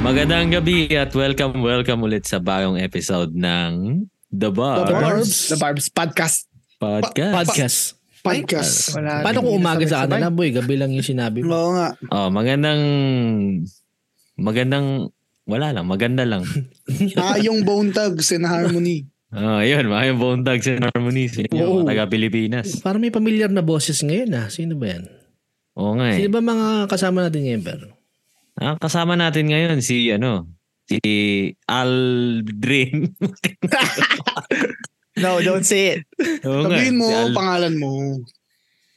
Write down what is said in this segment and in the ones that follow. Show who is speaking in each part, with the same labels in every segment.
Speaker 1: Magandang gabi at welcome, welcome ulit sa bagong episode ng The
Speaker 2: The
Speaker 1: Bar
Speaker 2: Barbs.
Speaker 3: The Barbs Podcast.
Speaker 1: Podcast.
Speaker 2: Podcast.
Speaker 3: Podcast. Wala
Speaker 2: Paano kung umaga sa
Speaker 3: sabay-sabay?
Speaker 2: kanila, boy? Gabi lang yung sinabi mo.
Speaker 3: Oo nga.
Speaker 1: Oh, magandang magandang wala lang, maganda lang.
Speaker 3: Ah, yung Bone Thugs and Harmony.
Speaker 1: Oh, ayun, mga yung Bone Thugs and Harmonies. Yun yung
Speaker 2: Oo.
Speaker 1: mga eh. Oh, taga Pilipinas.
Speaker 2: Parang may familiar na boses ngayon, ah. Sino ba yan?
Speaker 1: Oo nga eh.
Speaker 2: Sino ba mga kasama natin ngayon, pero?
Speaker 1: Ang kasama natin ngayon si ano, si Aldrin.
Speaker 4: No, don't say it.
Speaker 1: Oo nga,
Speaker 3: Sabihin mo,
Speaker 1: si, Al-
Speaker 3: pangalan mo.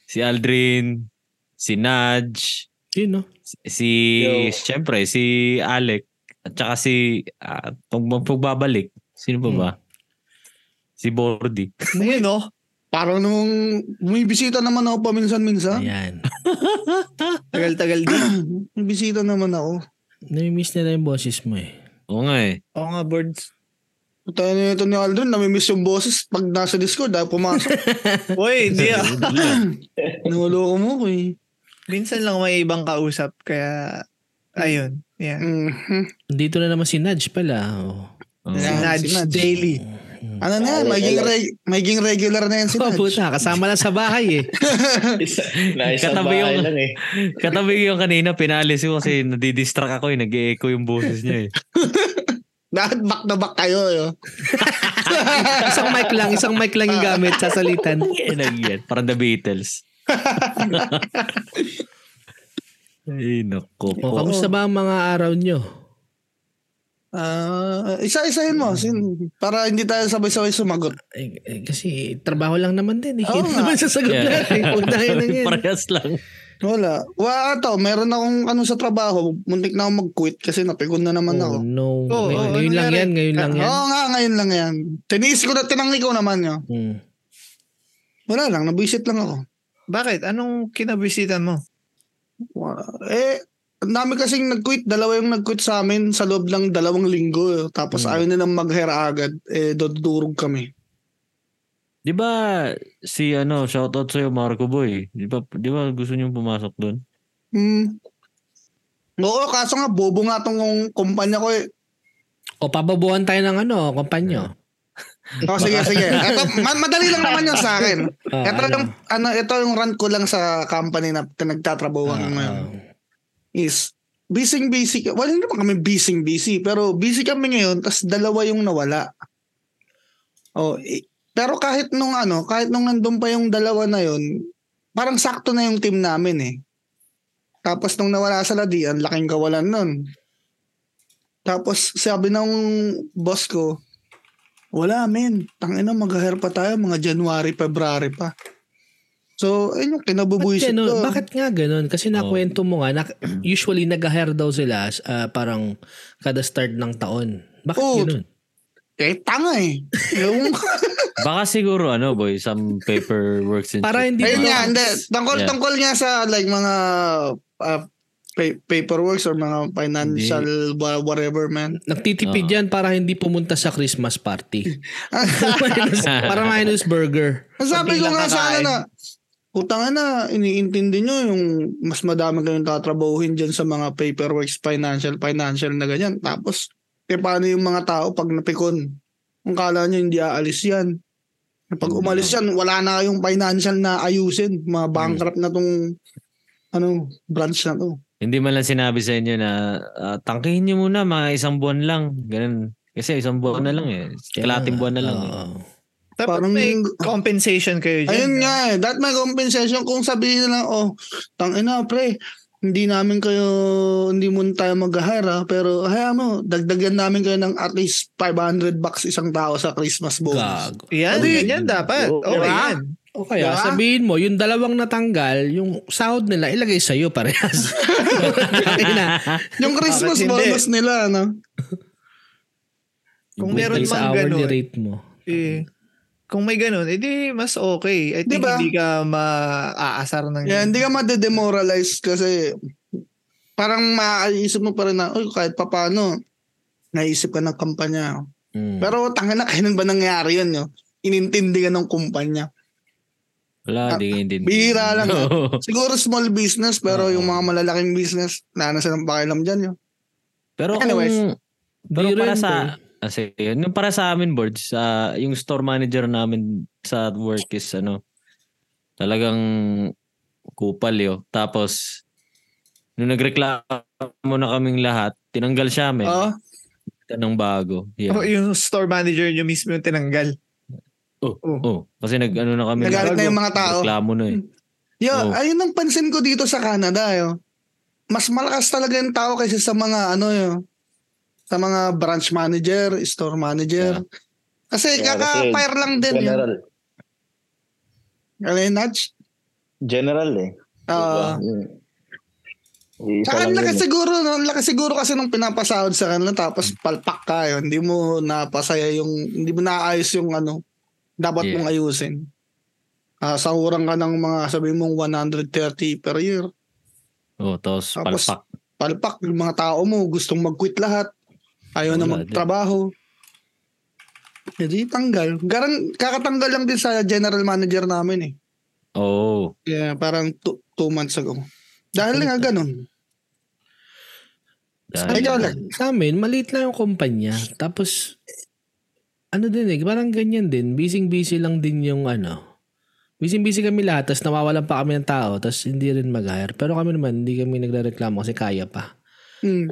Speaker 1: si Aldrin, si Nudge,
Speaker 2: Sino?
Speaker 1: si
Speaker 4: Yo.
Speaker 1: syempre si Alec at saka si ah, pag pagbabalik sino ba ba? Si Bordy.
Speaker 4: Ayun, no?
Speaker 3: Parang nung bumibisita naman ako paminsan-minsan.
Speaker 2: Ayan.
Speaker 4: Tagal-tagal din.
Speaker 3: Bumibisita naman ako.
Speaker 2: Namimiss nila yung boses mo, eh.
Speaker 1: Oo nga eh.
Speaker 4: Oo nga, birds.
Speaker 3: Tayo na ano ito ni Aldrin, namimiss yung boses pag nasa Discord. Dahil pumasok,
Speaker 4: Uy, hindi ah.
Speaker 3: nanguloko mo ko eh.
Speaker 4: Minsan lang may ibang kausap, kaya... Ayun. Yeah.
Speaker 3: Mhm.
Speaker 2: Dito na naman si Nudge pala. Oh.
Speaker 1: Oo.
Speaker 4: Si
Speaker 3: Yeah,
Speaker 4: Nudge
Speaker 3: si Nudge.
Speaker 4: Daily.
Speaker 3: Ano na, yan, magiging, reg- magiging regular na yan si
Speaker 2: Oh,
Speaker 3: Nudge.
Speaker 2: puta, kasama lang sa bahay eh.
Speaker 5: Nice ang
Speaker 1: Katabi
Speaker 5: bahay
Speaker 1: yung-
Speaker 5: lang eh.
Speaker 1: Katabi ko yung kanina, pinalis ko kasi nadidistract ako eh. Nag-echo yung boses niya eh.
Speaker 3: Lahat back na back kayo. eh, oh. Yo.
Speaker 2: Isang mic lang, isang mic lang yung gamit, sasalitan.
Speaker 1: Yan ang yan. Parang the Beatles. Ay, naku po.
Speaker 2: Oh, kamusta ba ang mga araw nyo?
Speaker 3: Ah, isa-isahin mo. sin- Para hindi tayo sabay-sabay sumagot.
Speaker 2: Eh, eh, kasi trabaho lang naman din. Eh.
Speaker 3: Oo
Speaker 2: Hindi
Speaker 3: nga.
Speaker 2: naman sasagot
Speaker 1: Yeah.
Speaker 2: natin. Huwag tayo na yan.
Speaker 1: Parehas lang.
Speaker 3: Wala. Wala ato, meron akong ano sa trabaho, muntik na ako mag-quit kasi napigon na naman
Speaker 2: Oh,
Speaker 3: ako.
Speaker 2: no.
Speaker 4: Oo,
Speaker 2: ngayon,
Speaker 4: oo,
Speaker 2: ngayon lang
Speaker 4: nangyari.
Speaker 2: yan, ngayon lang
Speaker 3: Oo
Speaker 2: yan.
Speaker 3: nga, ngayon lang yan. Tiniis ko na, tinanggi ko naman yun.
Speaker 4: Hmm.
Speaker 2: Mm.
Speaker 3: Wala lang, nabisit lang ako.
Speaker 4: Bakit? Anong kinabisitan mo?
Speaker 3: Wala. Eh, ang dami kasing nag-quit. Dalawa yung nag-quit sa amin sa loob ng dalawang linggo. eh. Tapos
Speaker 2: Hmm.
Speaker 3: ayaw nilang mag-hair agad. Eh, dodurog kami.
Speaker 1: Di ba si ano, shoutout sa'yo Marco Boy. Di ba, di ba gusto niyong pumasok doon?
Speaker 3: Hmm. Oo, kaso nga, bobo nga tong kumpanya ko eh.
Speaker 2: O, pababuhan tayo ng ano, kompanyo.
Speaker 3: Oh, sige, sige. Ito, ma- madali lang naman yun sa akin.
Speaker 2: Ah,
Speaker 3: ito,
Speaker 2: ano?
Speaker 3: yung, ano, ito yung rant ko lang sa company na
Speaker 2: Ah,
Speaker 3: nagtatrabaho ngayon.
Speaker 2: ah.
Speaker 3: is busy busy well hindi naman kami busy busy pero busy kami ngayon tas dalawa yung nawala oh i- pero kahit nung ano kahit nung nandun pa yung dalawa na yun parang sakto na yung team namin eh tapos nung nawala sa ladi ang laking kawalan nun tapos sabi ng boss ko wala men tangina mag-hire pa tayo mga January February pa so ayun yung
Speaker 2: Ba't,
Speaker 3: kinabubuisit
Speaker 2: ganun?
Speaker 3: ko
Speaker 2: bakit nga ganun? Kasi nakwento mo nga, nak- usually nag-hire daw sila ah, parang kada start ng taon. Bakit
Speaker 3: Oo.
Speaker 4: Oh,
Speaker 2: ganun?
Speaker 3: eh tanga eh yung
Speaker 1: Baka siguro ano boy, some paperworks and
Speaker 2: Para hindi
Speaker 3: Ayun
Speaker 2: daw-
Speaker 3: nga, hindi. Tungkol,
Speaker 1: Yeah.
Speaker 3: tungkol nga sa like mga uh, pa- paperworks or mga financial wha- whatever, man.
Speaker 2: Nagtitipid
Speaker 1: Oo.
Speaker 2: yan para hindi pumunta sa Christmas party. Minus- para minus burger.
Speaker 3: Ang Sabi
Speaker 4: Konti
Speaker 3: ko
Speaker 4: lang
Speaker 3: nga sa ano
Speaker 4: kakain.
Speaker 3: na, utang na, iniintindi nyo yung mas madami kayong tatrabahuhin dyan sa mga paperworks, financial, financial na ganyan. Tapos, eh, paano yung mga tao pag napikon? Kung kala nyo hindi aalis yan. Pag umalis yan, wala na kayong financial na ayusin. Mga bankrupt na tong ano, branch na to.
Speaker 1: Hindi man lang sinabi sa inyo na ah, tangkihin niyo muna mga isang buwan lang. Ganun. Kasi isang buwan na lang eh. Kalating buwan na lang. eh.
Speaker 2: Oo.
Speaker 4: Oh. Dapat
Speaker 3: Parang-
Speaker 4: may compensation kayo dyan.
Speaker 3: Ayun nga eh. That may compensation kung sabihin nila, oh, tangina pre, hindi namin kayo, hindi mo tayo mag-hire ah, pero hayaan mo, dagdagan namin kayo ng at least 500 bucks isang tao sa Christmas bonus.
Speaker 2: Gago.
Speaker 4: Yan,
Speaker 3: Hindi.
Speaker 4: ganyan dapat.
Speaker 3: Oo,
Speaker 4: Oo,
Speaker 3: diba?
Speaker 4: yan.
Speaker 2: O kaya
Speaker 3: Diba?
Speaker 2: sabihin mo, yung dalawang natanggal, yung sahod nila, ilagay sa'yo parehas. Ina,
Speaker 3: Yung Christmas
Speaker 4: Bakit hindi?
Speaker 3: bonus nila, ano?
Speaker 4: Kung meron
Speaker 2: sa
Speaker 4: mang
Speaker 2: hourly
Speaker 4: ganun.
Speaker 2: rate mo.
Speaker 4: Eh, kung may ganun, edi mas okay. I think
Speaker 3: Diba?
Speaker 4: hindi ka maaasar ng...
Speaker 3: Yeah, hindi ka madedemoralize kasi parang maaisip mo pa rin na, uy, kahit papano, naisip ka ng kampanya.
Speaker 2: Mm.
Speaker 3: Pero tangina, kailan ba nangyari yun? Yo? Inintindi ka ng kumpanya.
Speaker 1: Wala, di hindi.
Speaker 3: ah, Bihira lang. Siguro small business pero
Speaker 2: Oo.
Speaker 3: yung mga malalaking business, nanasan ang pakialam dyan yun.
Speaker 1: Pero
Speaker 3: Anyways.
Speaker 1: kung pero
Speaker 2: Di
Speaker 1: para
Speaker 2: rin,
Speaker 1: sa kasi yun, yung para sa amin boards, ah, yung store manager namin sa work is ano talagang kupal yo. Tapos nung nagreklamo na kaming lahat, tinanggal siya amin.
Speaker 3: Oo.
Speaker 1: ng bago. Yeah.
Speaker 4: Oh, yung store manager nyo mismo yung tinanggal.
Speaker 1: Oh, kasi nag ano na kami.
Speaker 3: Nagalit na yung mga tao.
Speaker 1: Reklamo na eh.
Speaker 3: Yo,
Speaker 1: Oh.
Speaker 3: ayun ang pansin ko dito sa Canada, yo. Mas malakas talaga yung tao kaysa sa mga ano, yo. Sa mga branch manager, store manager. Kasi
Speaker 5: Yeah, kasi
Speaker 3: kaka-fire lang din yun.
Speaker 5: General.
Speaker 3: Ano yun, Nudge?
Speaker 5: General eh.
Speaker 3: Ah. Tsaka ang lakas siguro, no? ang lakas siguro kasi nung pinapasahod sa kanila tapos palpak ka yun. Hindi mo napasaya yung, hindi mo naayos yung ano, dapat
Speaker 1: Yeah.
Speaker 3: mong ayusin. Ah, sahurang ka ng mga sabi mong 130 per year.
Speaker 1: Oh, tapos,
Speaker 3: Tapos,
Speaker 1: palpak.
Speaker 3: Palpak yung mga tao mo, gustong mag-quit lahat. Ayaw na
Speaker 1: Wala din.
Speaker 3: magtrabaho. Eh di tanggal. Garang, kakatanggal lang din sa general manager namin eh.
Speaker 1: Oh.
Speaker 3: Yeah, parang two, two months ago. Dahil nga ganun.
Speaker 1: dahil-
Speaker 3: Ikaw lang.
Speaker 2: Sa amin, maliit lang yung kumpanya. Tapos, ano din eh, parang ganyan din. Busy-busy lang din yung ano. Busy-busy kami lahat, tapos nawawalan pa kami ng tao, tapos hindi rin mag-hire. Pero kami naman, hindi kami nagre-reklamo kasi kaya pa.
Speaker 3: Hmm.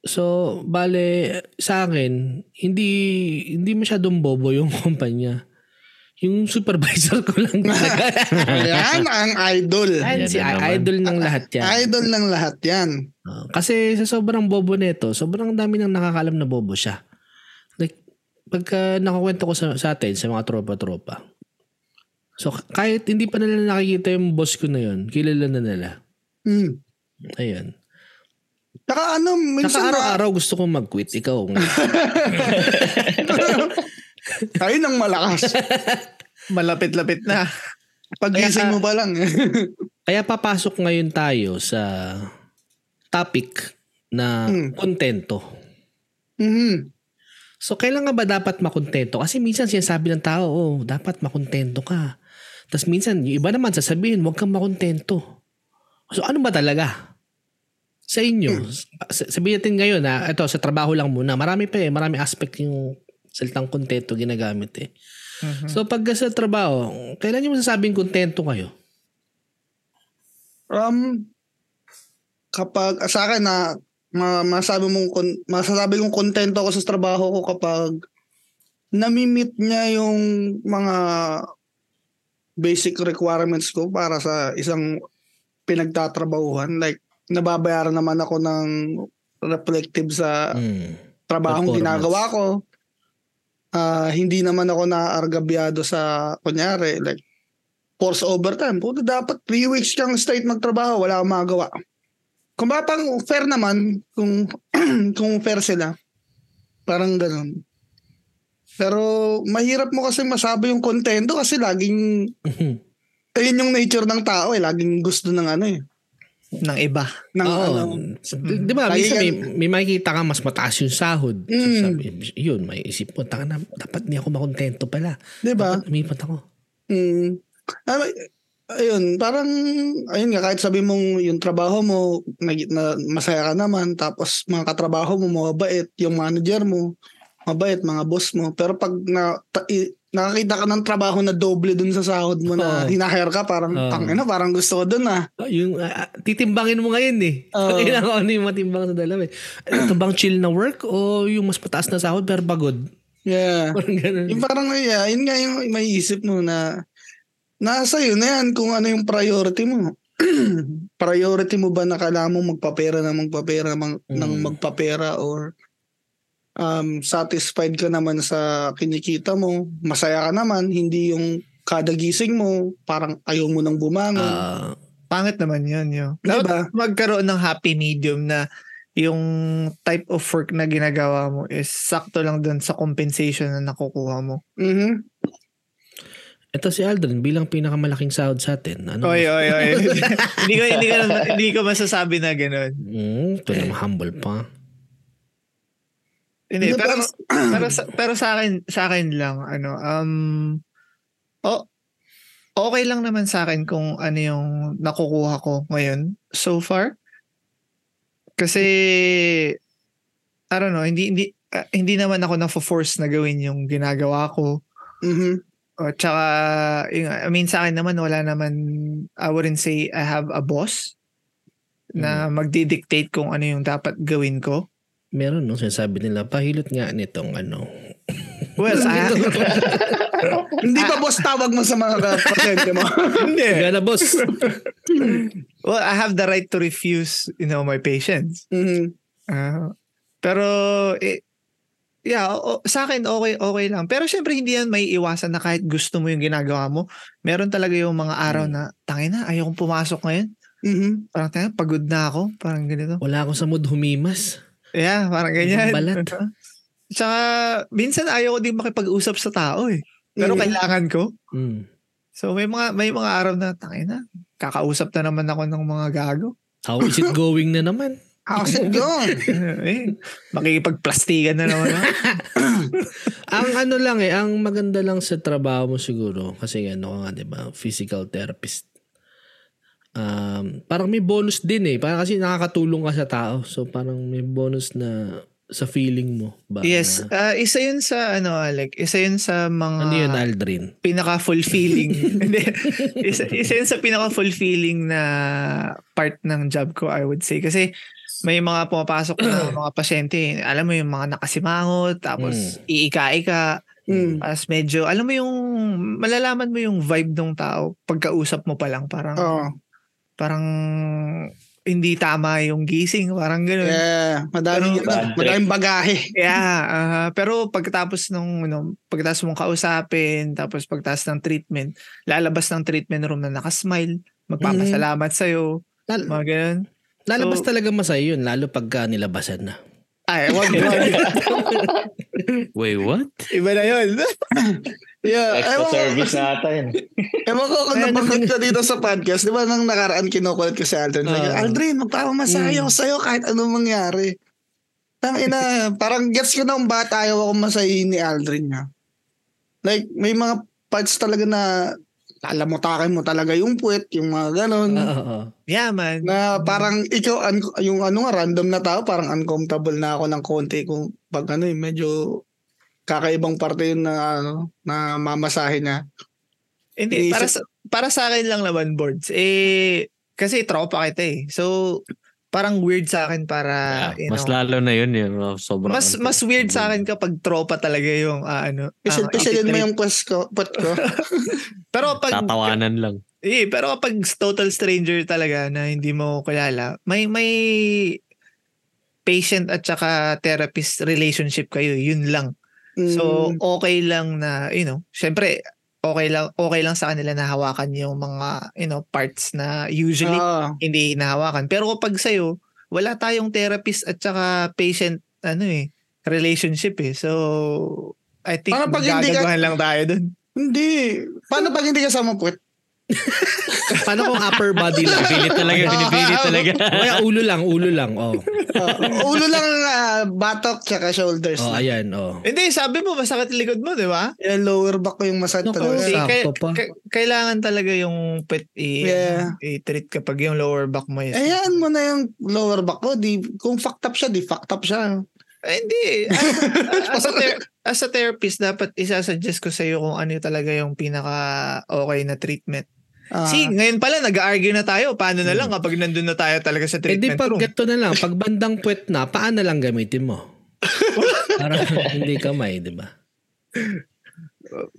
Speaker 2: So, bale, sa akin, hindi, hindi masyadong bobo yung kumpanya. Yung supervisor ko lang talaga.
Speaker 3: Ayan ang idol.
Speaker 2: Yan, si
Speaker 1: Yan naman.
Speaker 2: idol ng lahat yan.
Speaker 3: Idol ng lahat yan.
Speaker 2: Uh, Kasi sa sobrang bobo nito, sobrang dami nang nakakalam na bobo siya. Like, pagka nakakwento ko sa, sa atin, sa mga tropa-tropa. So, k- kahit hindi pa nila nakikita yung boss ko na yun, kilala na nila.
Speaker 3: Mm.
Speaker 2: Ayun.
Speaker 3: Saka ano, minsan
Speaker 2: Saka
Speaker 3: na,
Speaker 2: araw-araw gusto kong mag-quit. Ikaw. nga.
Speaker 3: ayun ang malakas.
Speaker 4: Malapit-lapit na.
Speaker 3: Pagising mo pa lang.
Speaker 2: Kaya papasok ngayon tayo sa topic na
Speaker 3: Hmm.
Speaker 2: kontento.
Speaker 3: Mhm.
Speaker 2: So, kailan nga ba dapat makontento? Kasi minsan sinasabi ng tao, oh, dapat makontento ka. Tapos minsan, yung iba naman sasabihin, huwag kang makontento. So, ano ba talaga? Sa inyo,
Speaker 3: Hmm.
Speaker 2: sa- sabihin natin ngayon, ha, ito, sa trabaho lang muna. Marami pa eh, marami aspect yung salitang kontento ginagamit eh.
Speaker 3: Hmm.
Speaker 4: Mhm.
Speaker 2: So, pag sa trabaho, kailan nyo masasabing kontento kayo?
Speaker 3: Um, kapag, ah, sa akin na, ma- masabi mong, kon- masasabi kong kontento ako sa trabaho ko kapag namimit niya yung mga basic requirements ko para sa isang pinagtatrabahuhan. Like, nababayaran naman ako ng reflective sa
Speaker 2: Hmm.
Speaker 3: trabahong
Speaker 2: Performance.
Speaker 3: ginagawa ko. Ah, hindi naman ako naaargabyado sa, kunyari, like, force overtime. Puta, dapat three weeks kang straight magtrabaho, wala kang magawa. Kung ba pang fair naman, kung, kung fair sila, parang ganun. Pero mahirap mo kasi masabi yung kontento kasi laging,
Speaker 2: Mhm.
Speaker 3: ayun yung nature ng tao eh, laging gusto ng ano eh.
Speaker 4: Ng iba.
Speaker 3: Ng,
Speaker 2: Oo.
Speaker 3: ano,
Speaker 2: Di- Di ba,
Speaker 3: Lagi
Speaker 2: minsan may,
Speaker 3: kang-
Speaker 2: may makikita ka mas mataas yung sahod. So,
Speaker 3: Mm.
Speaker 2: sabi, yun, may isip mo, taka na, dapat di ako makontento pala.
Speaker 3: di ba?
Speaker 2: Dapat umipat ako.
Speaker 3: Mm. Ah, ayun, parang, ayun nga, kahit sabi mong yung trabaho mo, nag- na, masaya ka naman, tapos mga katrabaho mo, mabait, yung manager mo, mabait, mga boss mo. Pero pag na, ta- i- nakakita ka ng trabaho na doble dun sa sahod mo na
Speaker 2: Oo.
Speaker 3: hinahire ka, parang,
Speaker 2: Oo.
Speaker 3: tangina, parang gusto ko dun ah.
Speaker 2: Ah, Yung, ah, ah, titimbangin mo ngayon eh.
Speaker 3: Oo.
Speaker 2: Kailangan ko ano yung matimbang sa dalawa eh. Ano ito bang chill na work o yung mas mataas na sahod pero pagod?
Speaker 3: Yeah.
Speaker 2: Parang ganun.
Speaker 3: Yung parang, yeah, yun nga yung may isip mo na, nasa yun na yan kung ano yung priority mo. priority mo ba na kailangan mong magpapera na magpapera mang,
Speaker 2: Mm.
Speaker 3: ng magpapera or um, satisfied ka naman sa kinikita mo, masaya ka naman, hindi yung kada gising mo, parang ayaw mo nang bumangon.
Speaker 2: Ah,
Speaker 4: Pangit naman yun. Yo.
Speaker 3: Di
Speaker 4: Dapat
Speaker 3: ba?
Speaker 4: magkaroon ng happy medium na yung type of work na ginagawa mo is sakto lang dun sa compensation na nakukuha mo.
Speaker 3: Mhm.
Speaker 2: ito si Aldrin bilang pinakamalaking sahod sa atin. Ano?
Speaker 4: Oy, oy, oy. hindi ko hindi ko hindi ko masasabi na ganun.
Speaker 2: Mm, ito naman humble pa.
Speaker 3: Hindi,
Speaker 4: Hindi, pero,
Speaker 3: pero-
Speaker 4: pero, sa, pero sa akin, sa akin lang, ano, um, oh, okay lang naman sa akin kung ano yung nakukuha ko ngayon so far. Kasi, I don't know, hindi, hindi, ah, hindi naman ako na-force na gawin yung ginagawa ko.
Speaker 3: Mhm.
Speaker 4: O, tsaka, yung, I mean, sa akin naman, wala naman, I wouldn't say I have a boss na magdi-dictate kung ano yung dapat gawin ko.
Speaker 2: Meron, no? Sinasabi nila, pahilot nga nitong ano.
Speaker 4: Well, I,
Speaker 3: Hindi pa boss tawag mo sa mga pasyente mo.
Speaker 4: hindi.
Speaker 2: Gana, boss.
Speaker 4: Well, I have the right to refuse, you know, my patients.
Speaker 3: Mhm.
Speaker 4: Ah, pero, eh, yeah, o- sa akin, okay, okay lang. Pero syempre, hindi yan may iwasan na kahit gusto mo yung ginagawa mo. Meron talaga yung mga araw na, tangin na, ayokong pumasok ngayon.
Speaker 3: Mhm.
Speaker 4: Parang, tangin, pagod na ako. Parang ganito.
Speaker 2: Wala akong sa mood humimas.
Speaker 4: Yeah, parang ganyan.
Speaker 2: balat.
Speaker 4: Tsaka, minsan ayaw ko din makipag-usap sa tao eh. Pero
Speaker 3: Mhm.
Speaker 4: kailangan ko.
Speaker 2: Mm.
Speaker 4: So, may mga, may mga araw na, tangin na, kakausap na naman ako ng mga gago.
Speaker 2: How is it going na naman?
Speaker 3: How's it going?
Speaker 4: eh, makikipagplastikan na naman. ako.
Speaker 2: ang ano lang eh, ang maganda lang sa trabaho mo siguro, kasi ano ka nga, di ba, physical therapist. Um, parang may bonus din eh. Parang kasi nakakatulong ka sa tao. So parang may bonus na sa feeling mo. Ba,
Speaker 4: yes,
Speaker 2: na-
Speaker 4: ah, isa yun sa ano Alec, isa yun sa mga
Speaker 2: ano yun, Aldrin?
Speaker 4: pinaka-fulfilling. Hindi. isa, isa yun sa pinaka-fulfilling na part ng job ko I would say kasi may mga pumapasok na mga pasyente, alam mo yung mga nakasimangot, tapos iika-ika,
Speaker 3: Mm.
Speaker 4: as medyo, alam mo yung, malalaman mo yung vibe ng tao pagkausap mo pa lang, parang,
Speaker 3: Oo.
Speaker 4: parang hindi tama yung gising, parang gano'n.
Speaker 3: Yeah, madaming
Speaker 4: Pero-
Speaker 3: ano, madaming bagahe.
Speaker 1: Mm.
Speaker 4: Yeah, aha. pero pagkatapos nung ano, pagkatapos mong kausapin, tapos pagkatapos ng treatment, lalabas ng treatment room na nakasmile,
Speaker 1: Mm-hmm.
Speaker 4: magpapasalamat sa'yo,
Speaker 2: Lal-
Speaker 4: mga ganun.
Speaker 2: Lalabas
Speaker 4: So-
Speaker 2: talaga masaya yun, lalo pagka nilabasan na.
Speaker 4: Ay, wag mo.
Speaker 1: Wait, what?
Speaker 4: Iba na yun.
Speaker 3: Yeah,
Speaker 5: Extra
Speaker 3: ewan ko-
Speaker 5: service na ata yun.
Speaker 3: Ewan ko kung
Speaker 2: Ayun.
Speaker 3: nabanggit na dito sa podcast, di ba nang nakaraan kinukulit ko si Aldrin. Sabi ko,
Speaker 2: Oo.
Speaker 3: Aldrin, magpapamasahe ako sa'yo kahit anong mangyari. Tang ina, parang gets ko na kung bakit ayaw ako masahin ni Aldrin niya. Like, may mga parts talaga na lalamutakin mo talaga yung puwet, yung mga ganon.
Speaker 2: Oo, oo.
Speaker 4: yeah, man.
Speaker 3: Na parang ikaw, un- yung ano nga, random na tao, parang uncomfortable na ako ng konti kung pag ano eh, medyo kakaibang parte yun na ano, na mamasahe niya.
Speaker 4: Hindi, para sa, para sa akin lang naman, boards. Eh, kasi tropa kita eh. So, parang weird sa akin para,
Speaker 1: Yeah, Ah,
Speaker 4: you
Speaker 1: mas ano,
Speaker 4: know,
Speaker 1: lalo na yun. yun no? sobrang
Speaker 4: Ah, mas, mas weird sa akin kapag tropa talaga yung, ah, ano.
Speaker 3: Pisil,
Speaker 4: ang
Speaker 3: pisilin mo
Speaker 4: appetite.
Speaker 3: yung quest ko, pot ko.
Speaker 4: Pero pag,
Speaker 1: Tatawanan lang.
Speaker 4: Eh, pero kapag total stranger talaga na hindi mo kilala, may may patient at saka therapist relationship kayo, yun lang.
Speaker 3: Hmm. Mm.
Speaker 4: So, okay lang na, you know, syempre, okay lang, okay lang sa kanila na hawakan yung mga, you know, parts na usually
Speaker 3: Ah,
Speaker 4: hindi hinahawakan. Pero kapag sa'yo, wala tayong therapist at saka patient, ano eh, relationship eh. So, I think
Speaker 3: Parang pag hindi ka-
Speaker 4: magagagawan lang tayo dun.
Speaker 3: hindi. Paano pag hindi kasama puwet?
Speaker 2: Paano kung upper body lang?
Speaker 1: Binipilit talaga, binipilit talaga.
Speaker 2: Kaya ulo lang, ulo lang. Oh,
Speaker 3: Ah, ulo lang ah, batok tsaka shoulders.
Speaker 2: oh ayan,
Speaker 3: lang.
Speaker 2: oh.
Speaker 4: Hindi, sabi mo, masakit likod mo, di ba?
Speaker 3: Yung lower back ko yung masakit
Speaker 2: Naku,
Speaker 3: talaga.
Speaker 4: Hindi,
Speaker 2: Sakto
Speaker 4: kay-
Speaker 2: pa.
Speaker 4: kay- kailangan talaga yung pet i- ano,
Speaker 3: Yeah.
Speaker 4: i-treat kapag yung lower back mo is.
Speaker 3: Ayan mo na yung lower back ko. Di, kung fucked up siya, di fucked up siya.
Speaker 4: Eh, hindi. As, as, a ther- as a therapist, dapat isasuggest ko sa'yo kung ano talaga yung pinaka okay na treatment.
Speaker 3: Ah,
Speaker 4: See, ngayon pala, nag-argue na tayo. Paano na lang kapag nandun na tayo talaga sa
Speaker 2: Hmm. Eh di
Speaker 4: treatment
Speaker 2: pag
Speaker 4: room?
Speaker 2: gato na lang, pag bandang puwet na, paa na lang gamitin mo. Para hindi kamay, di ba?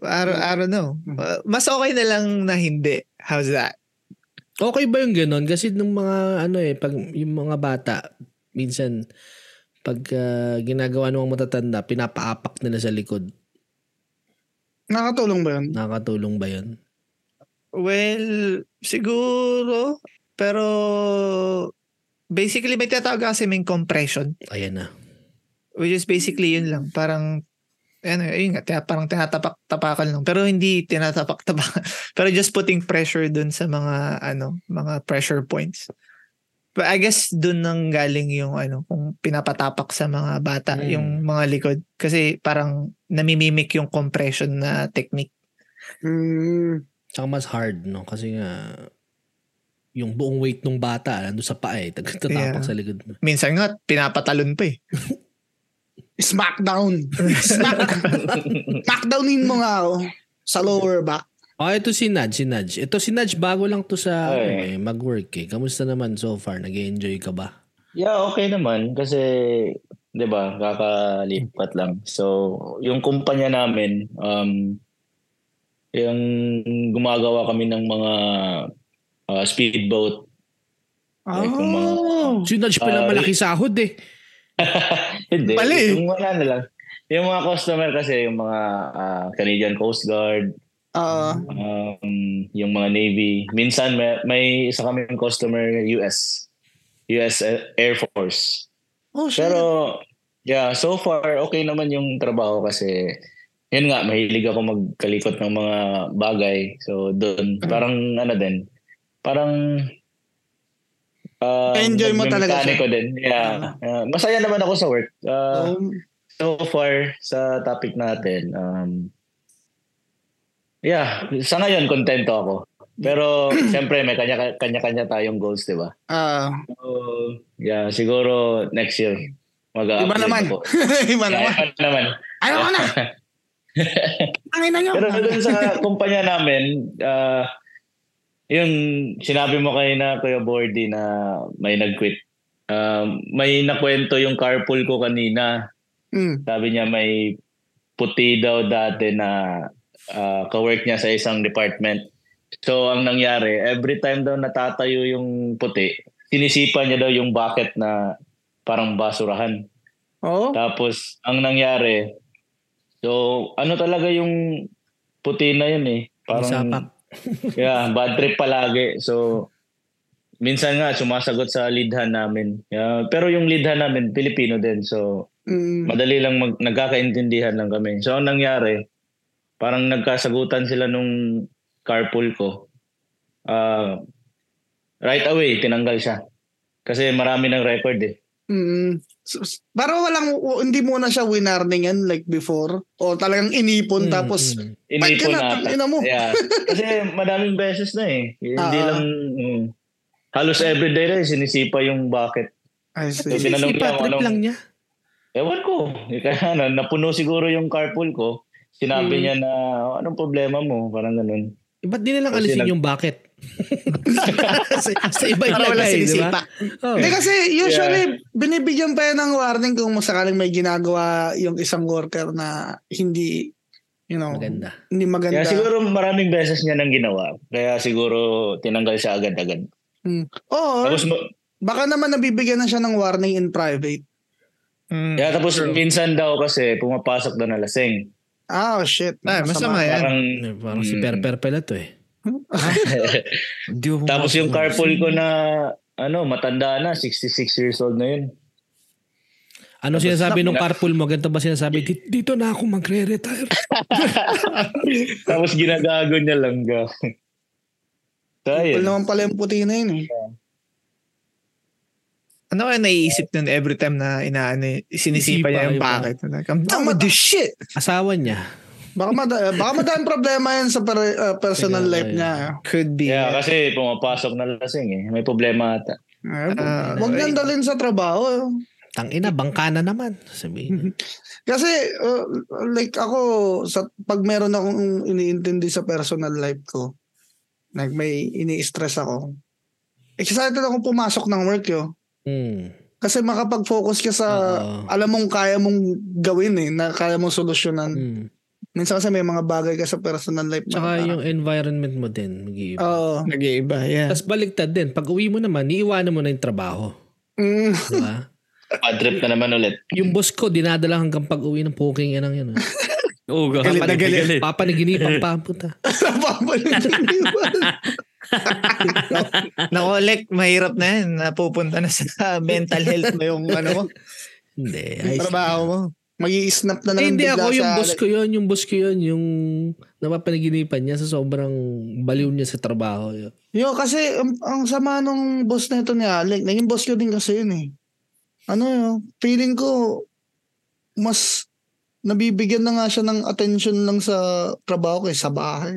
Speaker 4: I, don't- I don't know.
Speaker 2: Hmm.
Speaker 4: Uh, mas okay na lang na hindi. How's that?
Speaker 2: Okay ba yung ganun? Kasi nung mga ano eh, pag yung mga bata, minsan pag ah, ginagawa ng mga matatanda, pinapaapak nila sa likod.
Speaker 3: Nakatulong ba yun?
Speaker 2: Nakakatulong ba yun?
Speaker 4: Well, siguro. Pero, basically, may tatawag kasi may compression.
Speaker 2: Ayan na.
Speaker 4: Which is basically yun lang. Parang, ano, yun nga, tina- parang tinatapak-tapakan lang. Pero hindi tinatapak-tapakan. Pero just putting pressure dun sa mga, ano, mga pressure points. But I guess dun nang galing yung, ano, kung pinapatapak sa mga bata,
Speaker 2: Mm.
Speaker 4: yung mga likod. Kasi parang namimimik yung compression na technique.
Speaker 3: Mm,
Speaker 2: Tsaka mas hard, no? Kasi nga, yung buong weight ng bata, nandun sa paa eh, tag- tatapak
Speaker 4: Yeah.
Speaker 2: sa likod. mo.
Speaker 4: Minsan nga, pinapatalon pa eh.
Speaker 3: Smackdown. Smack. Smackdownin mo nga ako sa lower back.
Speaker 2: Oh, ito si Nudge, si Nudge. Ito si Nudge, bago lang to sa ano, eh,
Speaker 5: Ay.
Speaker 2: mag-work eh. Kamusta naman so far? nag enjoy ka ba?
Speaker 5: Yeah, okay naman. Kasi, di ba, kakalipat lang. So, yung kumpanya namin, um, yung gumagawa kami ng mga uh, speedboat. Like, yung mga-
Speaker 3: Oh.
Speaker 2: Si Nudge pala
Speaker 5: Ah,
Speaker 2: malaki sahod eh.
Speaker 5: Hindi.
Speaker 3: Mali eh.
Speaker 5: Yung wala na lang. Yung mga customer kasi, yung mga ah, Canadian Coast Guard,
Speaker 3: Ah,
Speaker 5: um, yung mga Navy. Minsan, may, may isa kami customer, US. US Air Force.
Speaker 3: oh, shit.
Speaker 5: Pero, yeah, so far, okay naman yung trabaho kasi, yun nga, mahilig ako magkalikot ng mga bagay. So, doon,
Speaker 3: Mm-hmm.
Speaker 5: parang ano din, parang, ah,
Speaker 3: Enjoy mo talaga siya.
Speaker 5: nagme-mekaniko din. Yeah. Ah, masaya naman ako sa work. Ah,
Speaker 3: Um,
Speaker 5: so far, sa topic natin, um, yeah, sa ngayon, kontento ako. Pero, siyempre, may kanya- kanya-kanya tayong goals, di ba?
Speaker 3: ah,
Speaker 5: So, yeah, siguro next year mag-a-upgrade
Speaker 3: iba naman.
Speaker 5: ako.
Speaker 3: iba
Speaker 5: Yeah,
Speaker 3: naman.
Speaker 5: iba naman.
Speaker 3: Ayaw ko na. Ang ina nyo.
Speaker 5: Pero doon sa kumpanya namin, ah, yung sinabi mo kayo na Kuya Bordy na may nag-quit. Um, may nakwento yung carpool ko kanina.
Speaker 3: Mm.
Speaker 5: Sabi niya may puti daw dati na ah, kawork niya sa isang department. So ang nangyari, every time daw natatayo yung puti, sinisipa niya daw yung bucket na parang basurahan.
Speaker 3: Oo.
Speaker 5: Tapos ang nangyari, so ano talaga yung puti na yun eh.
Speaker 2: Sapak.
Speaker 5: Parang, yeah, bad trip palagi. So minsan nga sumasagot sa lidhan namin. Yeah, pero yung lidhan namin, Pilipino din. So
Speaker 3: Mm.
Speaker 5: madali lang mag, nagkakaintindihan lang kami. So, ang nangyari, parang nagkasagutan sila nung carpool ko. Ah, right away, tinanggal siya. Kasi marami ng record eh.
Speaker 3: Mm. So, s- Pero walang, w- hindi muna siya winarning yan like before. O talagang
Speaker 2: Mm,
Speaker 3: inipon tapos,
Speaker 2: mm.
Speaker 3: Ba't ka
Speaker 5: Hmm, Inipon
Speaker 3: na,
Speaker 5: na.
Speaker 3: tangina mo?
Speaker 5: Yeah. Kasi madaming beses na eh. Hindi
Speaker 3: Ah.
Speaker 5: lang, mm, halos everyday rin sinisipa yung bucket.
Speaker 3: I
Speaker 5: So,
Speaker 3: see.
Speaker 5: tinanong
Speaker 2: Si
Speaker 5: niya kung
Speaker 2: Patrick
Speaker 5: anong-
Speaker 2: lang niya.
Speaker 5: Ewan ko. Kaya ano, napuno siguro yung carpool ko. Sinabi
Speaker 3: Mm.
Speaker 5: niya na, "Oh, anong problema mo? Parang ganun.
Speaker 2: Eh, Ba't di nalang
Speaker 5: Kasi
Speaker 2: alisin
Speaker 5: nag-
Speaker 2: yung bucket? sa, sa iba
Speaker 3: Para wala
Speaker 2: ilagay, di
Speaker 3: sinisipa.
Speaker 2: ba? Oh.
Speaker 3: Hindi kasi usually binibigyan pa yan ng warning kung sakaling may ginagawa yung isang worker na hindi you know,
Speaker 2: Maganda.
Speaker 3: hindi maganda.
Speaker 5: Kaya siguro maraming beses niya nang ginawa. Kaya siguro tinanggal siya agad-agad.
Speaker 3: Hmm. Or
Speaker 5: Tapos, ma-
Speaker 3: baka naman nabibigyan na siya ng warning in private.
Speaker 4: Mm.
Speaker 5: kaya tapos minsan daw kasi pumapasok daw na lasing.
Speaker 3: Ah, oh, shit.
Speaker 4: Ah, masama yan.
Speaker 5: Parang,
Speaker 2: Eh, Parang si
Speaker 5: Mm.
Speaker 2: Perper pala to eh. Hindi ko
Speaker 5: tapos
Speaker 2: pumasok.
Speaker 5: yung carpool ko na ano, matanda na, 66 years old na yun.
Speaker 2: Ano sinasabi nung carpool mo? Ganito ba sinasabi? "Di- Dito na ako magre-retire.
Speaker 5: Tapos ginagago niya lang ga. so,
Speaker 3: Wala
Speaker 5: ayun.
Speaker 3: naman pala yung puti na yun eh.
Speaker 4: Ano kaya naiisip nun every time na inaano, eh,
Speaker 2: Isipa
Speaker 4: sinisipa niya yung
Speaker 2: yung
Speaker 4: bakit?
Speaker 3: Baka,
Speaker 4: Come down with
Speaker 3: mada-
Speaker 4: this shit!
Speaker 2: Asawa niya.
Speaker 3: baka, mada- baka madaming problema yan sa per- uh, personal
Speaker 2: Kaya,
Speaker 3: life
Speaker 2: ayun.
Speaker 3: niya.
Speaker 4: Could be.
Speaker 5: Yeah, kasi pumapasok na lasing eh. May problema ata.
Speaker 3: Eh,
Speaker 4: Ah,
Speaker 3: Huwag
Speaker 4: okay.
Speaker 3: niyang dalhin sa trabaho.
Speaker 2: Tangina, bangka na naman. Sabihin.
Speaker 3: Kasi uh, like ako sa pag meron akong iniintindi sa personal life ko, like may ini-stress ako. Excited akong pumasok ng work yo.
Speaker 2: Mm.
Speaker 3: Kasi makapag-focus ka sa
Speaker 2: Oo.
Speaker 3: alam mong kaya mong gawin eh, na kaya mong solusyonan.
Speaker 2: Mm.
Speaker 3: Minsan kasi may mga bagay ka sa personal life. na-
Speaker 2: Tsaka yung environment mo din. Mag-iiba.
Speaker 3: Oo.
Speaker 4: Nag-iiba, yeah.
Speaker 2: Tapos baliktad din. Pag uwi mo naman, iiwanan mo na yung trabaho.
Speaker 3: Mm.
Speaker 2: Di ba?
Speaker 5: Bad trip na naman ulit.
Speaker 2: yung boss ko, dinadala hanggang pag uwi ng poking yan ang yan. ah.
Speaker 1: Oo, Oh, galit
Speaker 3: Galit na galit.
Speaker 2: Papanaginipan pa ang puta.
Speaker 3: Napapalitan yun.
Speaker 4: Nako, Lek, mahirap na yan. Napupunta na sa mental health mo yung ano mo,
Speaker 2: Hindi.
Speaker 4: yung
Speaker 2: ayos.
Speaker 4: trabaho mo.
Speaker 3: Mag-i-snap na
Speaker 2: Eh,
Speaker 3: lang
Speaker 2: hindi
Speaker 3: bigla
Speaker 2: ako, yung
Speaker 3: sa- ano
Speaker 2: boss ko yun, yung boss ko yun, yung napapanaginipan niya sa sobrang baliw niya sa trabaho. Yun.
Speaker 3: Yo, kasi ang, ang sama nung boss na ito ni Alec. Naging boss ko din kasi yun eh. Ano yun, feeling ko mas nabibigyan na nga siya ng attention lang sa trabaho kaysa sa bahay.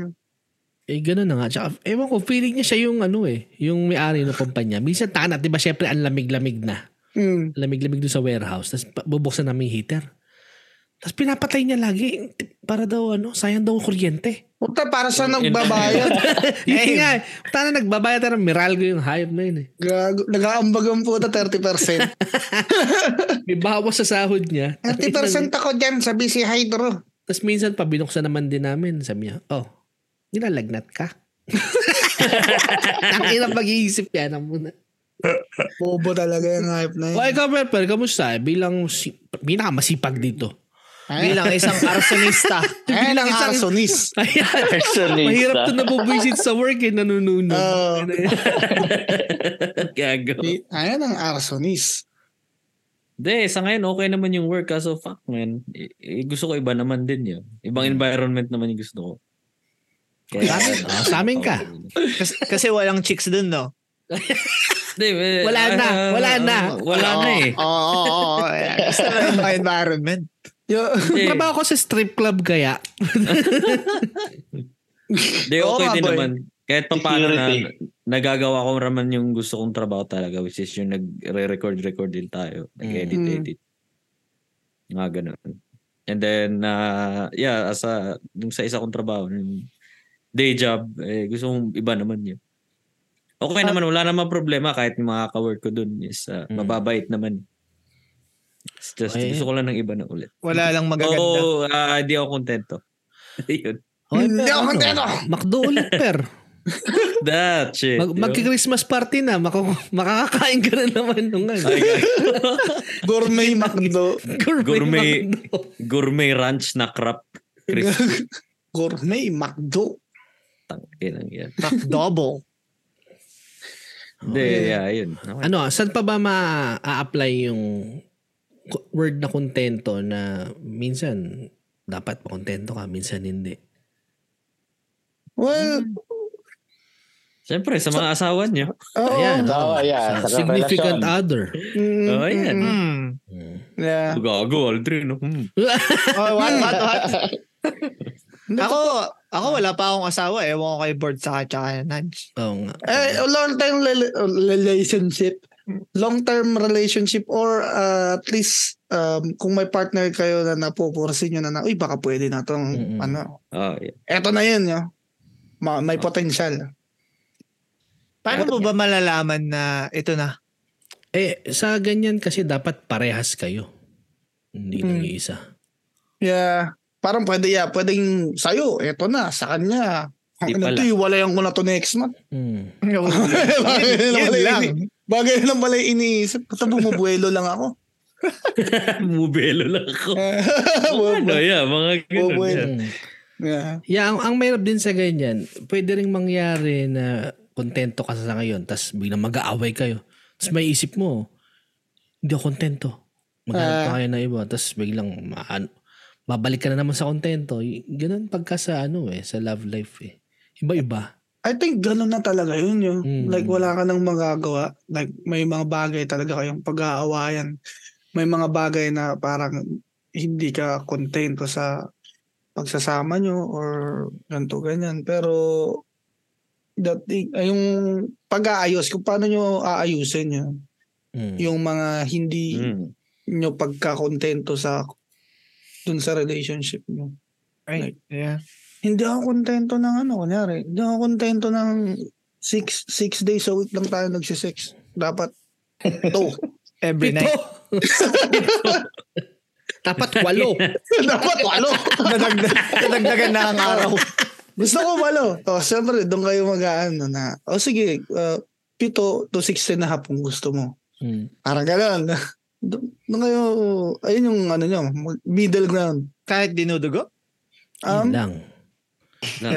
Speaker 2: Eh, ganun na nga. Tsaka, ewan ko, feeling niya siya yung ano eh, yung may-ari ng kumpanya. Minsan tanat, di ba, syempre, ang lamig-lamig na.
Speaker 3: Mm.
Speaker 2: Lamig-lamig doon sa warehouse. Tapos, pa- bubuksan namin yung heater. Tapos pinapatay niya lagi para daw ano, sayang daw ang kuryente.
Speaker 3: Puta, para sa nagbabayad.
Speaker 2: Yun nga, tana nagbabayad na Meralgo yung hayop na yun eh.
Speaker 3: Gago. Nag-aambag ang puta 30%.
Speaker 2: May bawas sa sahod niya.
Speaker 3: 30% ako dyan sa BC Hydro.
Speaker 2: Tapos minsan pa binuksan naman din namin. Sabi niya, oh, nilalagnat ka. Nakina pag-iisip yan ang muna.
Speaker 3: Bobo talaga yung hype na
Speaker 2: O
Speaker 3: yun. Eh.
Speaker 2: ikaw, Pepper, kamusta? Bilang si- pinakamasipag dito.
Speaker 4: Bilang isang arsonista.
Speaker 3: Ayan ang
Speaker 2: isang-
Speaker 3: arsonis.
Speaker 2: Ayan.
Speaker 5: Personally.
Speaker 2: Mahirap to
Speaker 1: ah.
Speaker 2: nabubisit sa work eh, nanununo.
Speaker 1: Uh,
Speaker 3: Oo.
Speaker 1: Gago.
Speaker 3: Ayan ang arsonis.
Speaker 1: Hindi, sa ngayon okay naman yung work. Kaso fuck man, I- i- gusto ko iba naman din yun. Ibang environment naman yung gusto ko. Kaya,
Speaker 2: Ah, sa amin ka.
Speaker 4: kasi, kasi walang chicks dun, no?
Speaker 1: Hindi, eh,
Speaker 2: Wala na,
Speaker 1: ah,
Speaker 2: wala na.
Speaker 1: Wala na eh.
Speaker 4: Oo, oo, oo. eh. Gusto mo yung mga environment.
Speaker 3: Yo,
Speaker 1: Hindi,
Speaker 2: Trabaho ko sa strip club kaya.
Speaker 1: Hindi,
Speaker 3: Oo
Speaker 1: okay
Speaker 3: nga,
Speaker 1: din
Speaker 3: boy.
Speaker 1: naman. Kahit pa paano na,
Speaker 5: Security.
Speaker 1: nagagawa ko naman yung gusto kong trabaho talaga, which is yung nagre-record-record din tayo.
Speaker 3: Mm.
Speaker 1: Nag-edit-edit. Mga ganun. And then, uh, yeah, as a, yung sa isa kong trabaho, yung day job, eh, gusto kong iba naman yun. Okay
Speaker 3: Ah.
Speaker 1: naman, wala naman problema kahit yung mga kawork ko dun is uh, mababait naman. It's just,
Speaker 2: Okay.
Speaker 1: gusto ko lang ng iba na ulit.
Speaker 4: Wala lang magaganda.
Speaker 1: Oo, ah, hindi ako kontento. Yun.
Speaker 3: Hindi ako
Speaker 2: Ano?
Speaker 3: kontento.
Speaker 2: Macdo ulit, per.
Speaker 1: That shit.
Speaker 2: Mag,
Speaker 1: yo.
Speaker 2: magki-Christmas party na. Maka, makakakain ka na naman nung ano.
Speaker 1: Ay, gago.
Speaker 3: gourmet McDo.
Speaker 2: Gourmet.
Speaker 1: Gourmet.
Speaker 2: Macdo.
Speaker 1: Gourmet ranch na crap. Crispy.
Speaker 3: Gourmet McDo.
Speaker 1: Tangkinang yan.
Speaker 4: Double.
Speaker 1: Hindi, yeah, yun. Okay.
Speaker 2: Ano, saan pa ba ma-apply yung ku- word na kontento na minsan dapat makontento ka, minsan hindi.
Speaker 3: Well,
Speaker 1: Siyempre, sa mga asawa nyo.
Speaker 3: oo.
Speaker 2: Ayan.
Speaker 5: Oo, yeah,
Speaker 2: Sa
Speaker 5: sa
Speaker 2: significant
Speaker 5: relasyon.
Speaker 2: other.
Speaker 3: Mm,
Speaker 1: Oh, yan.
Speaker 4: Hmm.
Speaker 3: yeah.
Speaker 1: Gago, Aldrin. no? Hmm.
Speaker 4: Oh, what, what, what? ako, ako wala pa akong asawa. eh. Ewan ko kay Board sa tsaka kay Nudge.
Speaker 2: Oo nga.
Speaker 3: Eh, long term relationship. Long term relationship or uh, at least um, kung may partner kayo na napupursin nyo na na, uy baka pwede na tong
Speaker 2: Mm-mm.
Speaker 3: ano.
Speaker 1: Oh, yeah.
Speaker 3: Eto na yun. Yo. Ma- may
Speaker 1: Oh.
Speaker 3: potential.
Speaker 4: Paano mo ba malalaman na ito na?
Speaker 2: Eh, sa ganyan kasi dapat parehas kayo. Hindi
Speaker 3: Hmm.
Speaker 2: nag-iisa.
Speaker 3: Yeah. Parang pwede, yeah, pwedeng sa'yo, eto na, sa kanya.
Speaker 1: Di
Speaker 3: Ang ina
Speaker 1: pala.
Speaker 3: to, iwalayan ko na to next month.
Speaker 2: Hmm.
Speaker 3: Bagay na
Speaker 4: Yan
Speaker 3: pala
Speaker 4: lang.
Speaker 3: ini- Bagay na pala iniisip. Basta bumubuelo lang ako.
Speaker 1: Mubelo lang ako. ano, yeah, mga ganun.
Speaker 3: Bobo.
Speaker 1: Yeah.
Speaker 2: Hmm.
Speaker 3: yeah.
Speaker 2: Yeah, ang, ang mahirap din sa ganyan, pwede rin mangyari na kontento ka sa ngayon, tas biglang mag-aaway kayo. Tas may isip mo, hindi ako kontento. Maghanap pa kayo ng iba, tas biglang maan, babalik ka na naman sa kontento. Y- Ganun pagka sa ano eh, sa love life eh. Iba-iba.
Speaker 3: I think ganun na talaga yun yun.
Speaker 1: Hmm.
Speaker 2: Mm.
Speaker 3: Like wala ka nang magagawa. Like may mga bagay talaga kayong pag-aawayan. May mga bagay na parang hindi ka contento sa pagsasama nyo or ganito ganyan. Pero that thing, ay, yung pag-aayos, kung paano nyo aayusin yun.
Speaker 2: Mm.
Speaker 3: Yung mga hindi
Speaker 1: Hmm.
Speaker 3: nyo pagka-contento sa dun sa relationship nyo.
Speaker 4: Ay, yeah.
Speaker 3: hindi ako kontento ng ano, kunyari, hindi ako kontento ng six, six days a week lang tayo nagsisex. Dapat two.
Speaker 4: Every
Speaker 2: Pito!
Speaker 4: night.
Speaker 2: Dapat walo.
Speaker 3: Dapat walo.
Speaker 4: Nadagdag- Nadagdagan na ang araw.
Speaker 3: Gusto ko walo. O, siyempre, doon kayo mag-ano na, o sige, uh, pito to six and a half kung gusto mo.
Speaker 2: Mm.
Speaker 3: Parang ganun. Do- Doon kayo, ayun yung ano nyo, mag- middle ground.
Speaker 4: Kahit dinudugo?
Speaker 2: Yun
Speaker 3: Um,
Speaker 2: lang.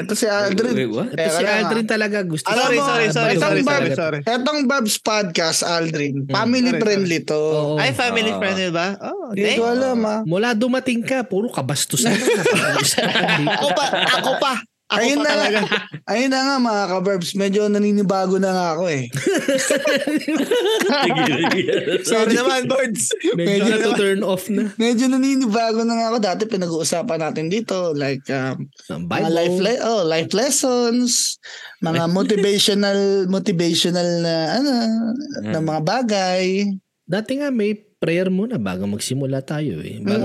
Speaker 3: ito si Aldrin.
Speaker 1: Wait, what?
Speaker 2: Ito Mm. si
Speaker 3: Teka lang,
Speaker 2: Aldrin talaga gusto.
Speaker 3: Alam
Speaker 4: Sorry,
Speaker 3: mo,
Speaker 4: sorry, sorry,
Speaker 3: itong
Speaker 4: sorry, sorry,
Speaker 3: Babs-
Speaker 4: sorry.
Speaker 3: Etong Babs Podcast, Aldrin, family
Speaker 4: Sorry,
Speaker 3: friendly to.
Speaker 2: Oo.
Speaker 4: Ay, family
Speaker 1: Ah.
Speaker 4: friendly ba? Oh,
Speaker 3: Hindi
Speaker 4: dang.
Speaker 3: ko alam ah.
Speaker 2: Mula dumating ka, puro kabastos na.
Speaker 4: Ako pa, ako pa. Ako
Speaker 3: Ayun
Speaker 4: pa
Speaker 3: na
Speaker 4: talaga.
Speaker 3: nga. Ayun na nga mga ka-verbs. Medyo naninibago na nga ako eh.
Speaker 1: Sige, sige.
Speaker 4: Sorry naman, boards.
Speaker 2: Medyo
Speaker 3: Medyo
Speaker 2: na to turn off na.
Speaker 3: Medyo naninibago na nga ako. Dati pinag-uusapan natin dito. Like, um, mga
Speaker 2: Bible.
Speaker 3: life, le- oh, life lessons. Mga motivational, motivational na ano, na mga bagay.
Speaker 2: Dati nga may prayer muna bago magsimula tayo eh. Bago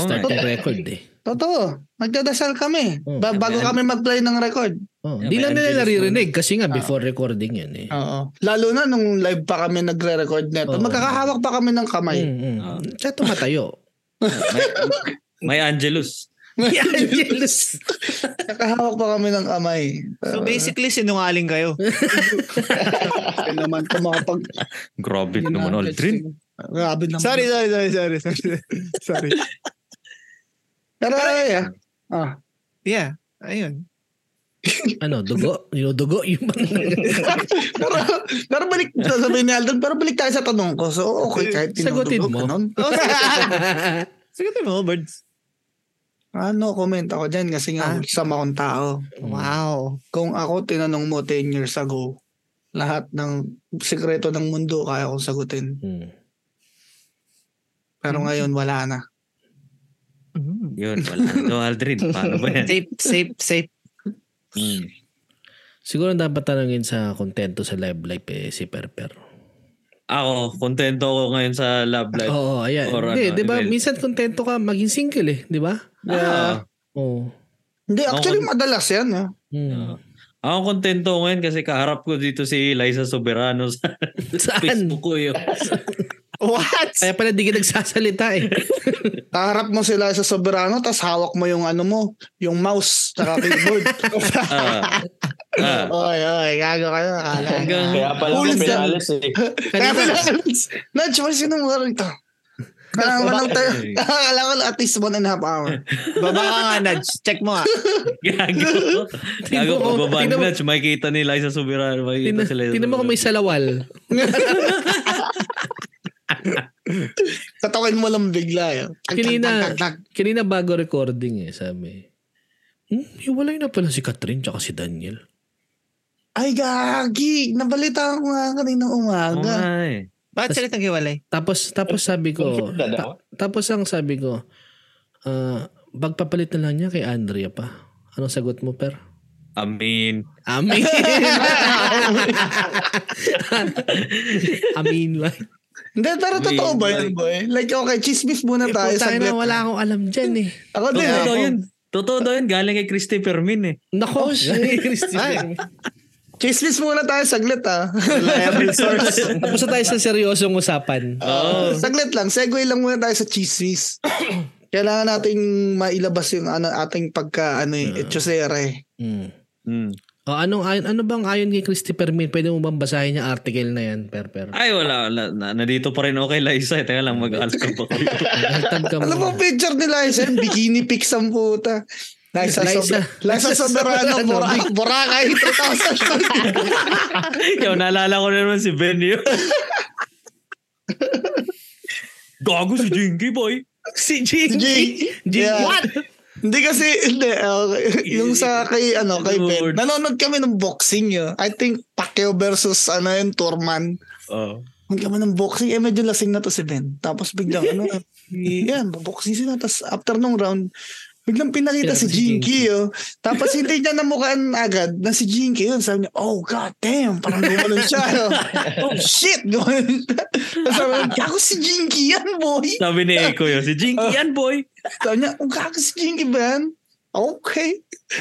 Speaker 3: Mm-hmm.
Speaker 2: start ng record eh.
Speaker 3: Totoo. Magdadasal kami.
Speaker 2: Oh.
Speaker 3: Ba- bago kami mag-play ng record.
Speaker 2: Oh,
Speaker 1: Yeah,
Speaker 2: di
Speaker 1: may
Speaker 2: lang nila
Speaker 1: Angelus
Speaker 2: naririnig kasi nga before recording yun eh.
Speaker 3: Oo. Lalo na nung live pa kami nagre-record na
Speaker 2: Oo.
Speaker 3: ito. Magkakahawak pa kami ng kamay.
Speaker 2: Mm, mm.
Speaker 1: Ah.
Speaker 2: Siya tumatayo.
Speaker 1: may, may Angelus.
Speaker 2: May Angelus.
Speaker 3: Magkakahawak pa kami ng kamay.
Speaker 4: So basically, sinungaling kayo.
Speaker 3: Kaya naman kung makapag...
Speaker 1: Grabe naman, Aldrin.
Speaker 3: Grabe naman.
Speaker 4: Sorry, sorry, sorry, sorry. Sorry. sorry.
Speaker 3: Pero ay, ah. Ah.
Speaker 4: Yeah. Ayun.
Speaker 2: ano, dugo? Yung dugo? Yung
Speaker 3: pero, pero balik, sasabihin ni Alden, pero balik tayo sa tanong ko. So, okay, kahit
Speaker 2: Sagutin
Speaker 3: tinutulog,
Speaker 2: mo.
Speaker 3: ganun.
Speaker 4: Oh, sige. Sige mo, birds.
Speaker 3: Ah, no comment ako dyan kasi nga
Speaker 4: Ah.
Speaker 3: sama akong tao.
Speaker 4: Wow.
Speaker 3: Kung ako tinanong mo 10 years ago, lahat ng sikreto ng mundo kaya kong sagutin.
Speaker 2: Mm. Hmm.
Speaker 3: Pero ngayon, wala na.
Speaker 4: Mm.
Speaker 1: Yun, wala. No, Aldrin, paano ba yan?
Speaker 4: Safe, safe, safe.
Speaker 1: Hmm.
Speaker 2: Siguro dapat tanongin sa kontento sa live life eh, si Perper.
Speaker 1: Ako, kontento ako ngayon sa love life.
Speaker 2: Oo, ayan.
Speaker 1: Or
Speaker 2: Hindi,
Speaker 1: ano,
Speaker 2: di ba?
Speaker 1: event.
Speaker 2: Minsan kontento ka maging single eh, di ba?
Speaker 1: Ah,
Speaker 2: Oo.
Speaker 3: Hindi, actually,
Speaker 1: Ako-
Speaker 3: madalas yan. ah.
Speaker 2: Mm.
Speaker 1: Oo. Ako kontento ako ngayon kasi kaharap ko dito si Liza Soberano sa
Speaker 2: Saan?
Speaker 1: Facebook ko yun.
Speaker 4: What?
Speaker 2: Kaya pala di ka nagsasalita eh.
Speaker 3: Taharap mo sila sa soberano, tas hawak mo yung ano mo, yung mouse, tsaka keyboard.
Speaker 1: Ah. Ah.
Speaker 3: oy, oy, gago kayo. Akala
Speaker 1: Hanggang
Speaker 5: Kaya pala
Speaker 3: Cool dyan.
Speaker 5: ako pinalis eh.
Speaker 3: Kaya
Speaker 2: Kanina-
Speaker 3: pala, Nudge, wala sinong wala ito. Kailangan ko ng ter- Kailangan ko at least one and a half hour.
Speaker 4: Baba ka nga, Nudge. Check mo ah.
Speaker 1: Gago. Gago
Speaker 2: mo-
Speaker 1: pagbaba
Speaker 2: tingnan
Speaker 1: ni
Speaker 2: mo-
Speaker 1: Natch, makikita ni Liza Soberano. Makikita si Liza
Speaker 2: Tinan mo kung may salawal.
Speaker 3: Tatakin mo lang bigla. eh. Yun.
Speaker 2: Kanina, kanina bago recording eh, sabi. Hmm, hiwalay na pala si Catherine tsaka si Daniel.
Speaker 3: Ay, gagi. Nabalita ko nga kanina
Speaker 1: Oo
Speaker 2: Oh.
Speaker 3: umaga.
Speaker 1: nga eh.
Speaker 4: Bakit sila naghiwalay?
Speaker 2: Tapos, tapos sabi ko,
Speaker 5: Confirmed na daw?
Speaker 2: ta- tapos ang sabi ko, ah, bagpapalit na lang niya kay Andrea pa. Anong sagot mo, Per?
Speaker 1: Amin.
Speaker 2: Amin. Amin lang.
Speaker 3: Hindi, pero totoo ba
Speaker 1: Wait,
Speaker 3: yun, boy? Like, okay, chismis muna tayo.
Speaker 2: Puta
Speaker 3: saglit.
Speaker 2: na, wala akong alam dyan eh.
Speaker 3: Ako din.
Speaker 1: Totoo daw
Speaker 3: ako.
Speaker 1: yun. Totoo daw yun. Galing kay Christy Fermin eh.
Speaker 2: Nako.
Speaker 4: Ay.
Speaker 3: Chismis muna tayo, saglit ah.
Speaker 4: Reliable source.
Speaker 2: Tapos na tayo sa seryosong usapan.
Speaker 1: Oo.
Speaker 3: saglit lang. Segue lang muna tayo sa chismis. Kailangan nating mailabas yung ano, ating pagka, ano, eh, etchosere.
Speaker 2: Mm.
Speaker 1: Hmm.
Speaker 2: O, anong, ayon- ano bang ayon kay Christopher Min? Pwede mo bang basahin yung article na yan, Per Per?
Speaker 1: Ay, wala. wala. Na, nandito pa rin okay, Liza. Eh. Teka lang, mag-alcab ako.
Speaker 2: Tag ka
Speaker 3: Alam mo,
Speaker 2: mo.
Speaker 3: picture ni Liza, yung bikini pics ang puta. Liza,
Speaker 2: Liza.
Speaker 3: Liza, Liza Soberano,
Speaker 2: Soberano,
Speaker 3: Boracay, Boracay, 2000.
Speaker 1: Yo, naalala ko na naman si Ben yun. Gago si Jinky, boy.
Speaker 2: Si Jing.
Speaker 3: Jing. Yeah. Hindi kasi, hindi, okay. yung sa kay, ano, kay
Speaker 1: Lord.
Speaker 3: Ben, nanonood kami ng boxing yun. I think Pacquiao versus, ano yun, Turman.
Speaker 1: Oh.
Speaker 3: Nanonood kami ng boxing, eh medyo lasing na to si Ben. Tapos biglang, ano, yan, boxing sila. Tapos after nung round, biglang pinakita
Speaker 2: Pinakita
Speaker 3: si
Speaker 2: si
Speaker 3: Jinky, oh. Tapos hindi niya namukaan agad na si Jinky yun. Sabi niya, oh, god damn, parang gumanon siya. oh. oh, shit, gumanon siya. Tapos sabi niya, "Gago si Jinky yan, boy.
Speaker 1: Sabi ni Eko yun, si
Speaker 2: Oh,
Speaker 1: Jinky yan, boy.
Speaker 3: Sabi niya, oh, gago si Jinky, Ben. Okay.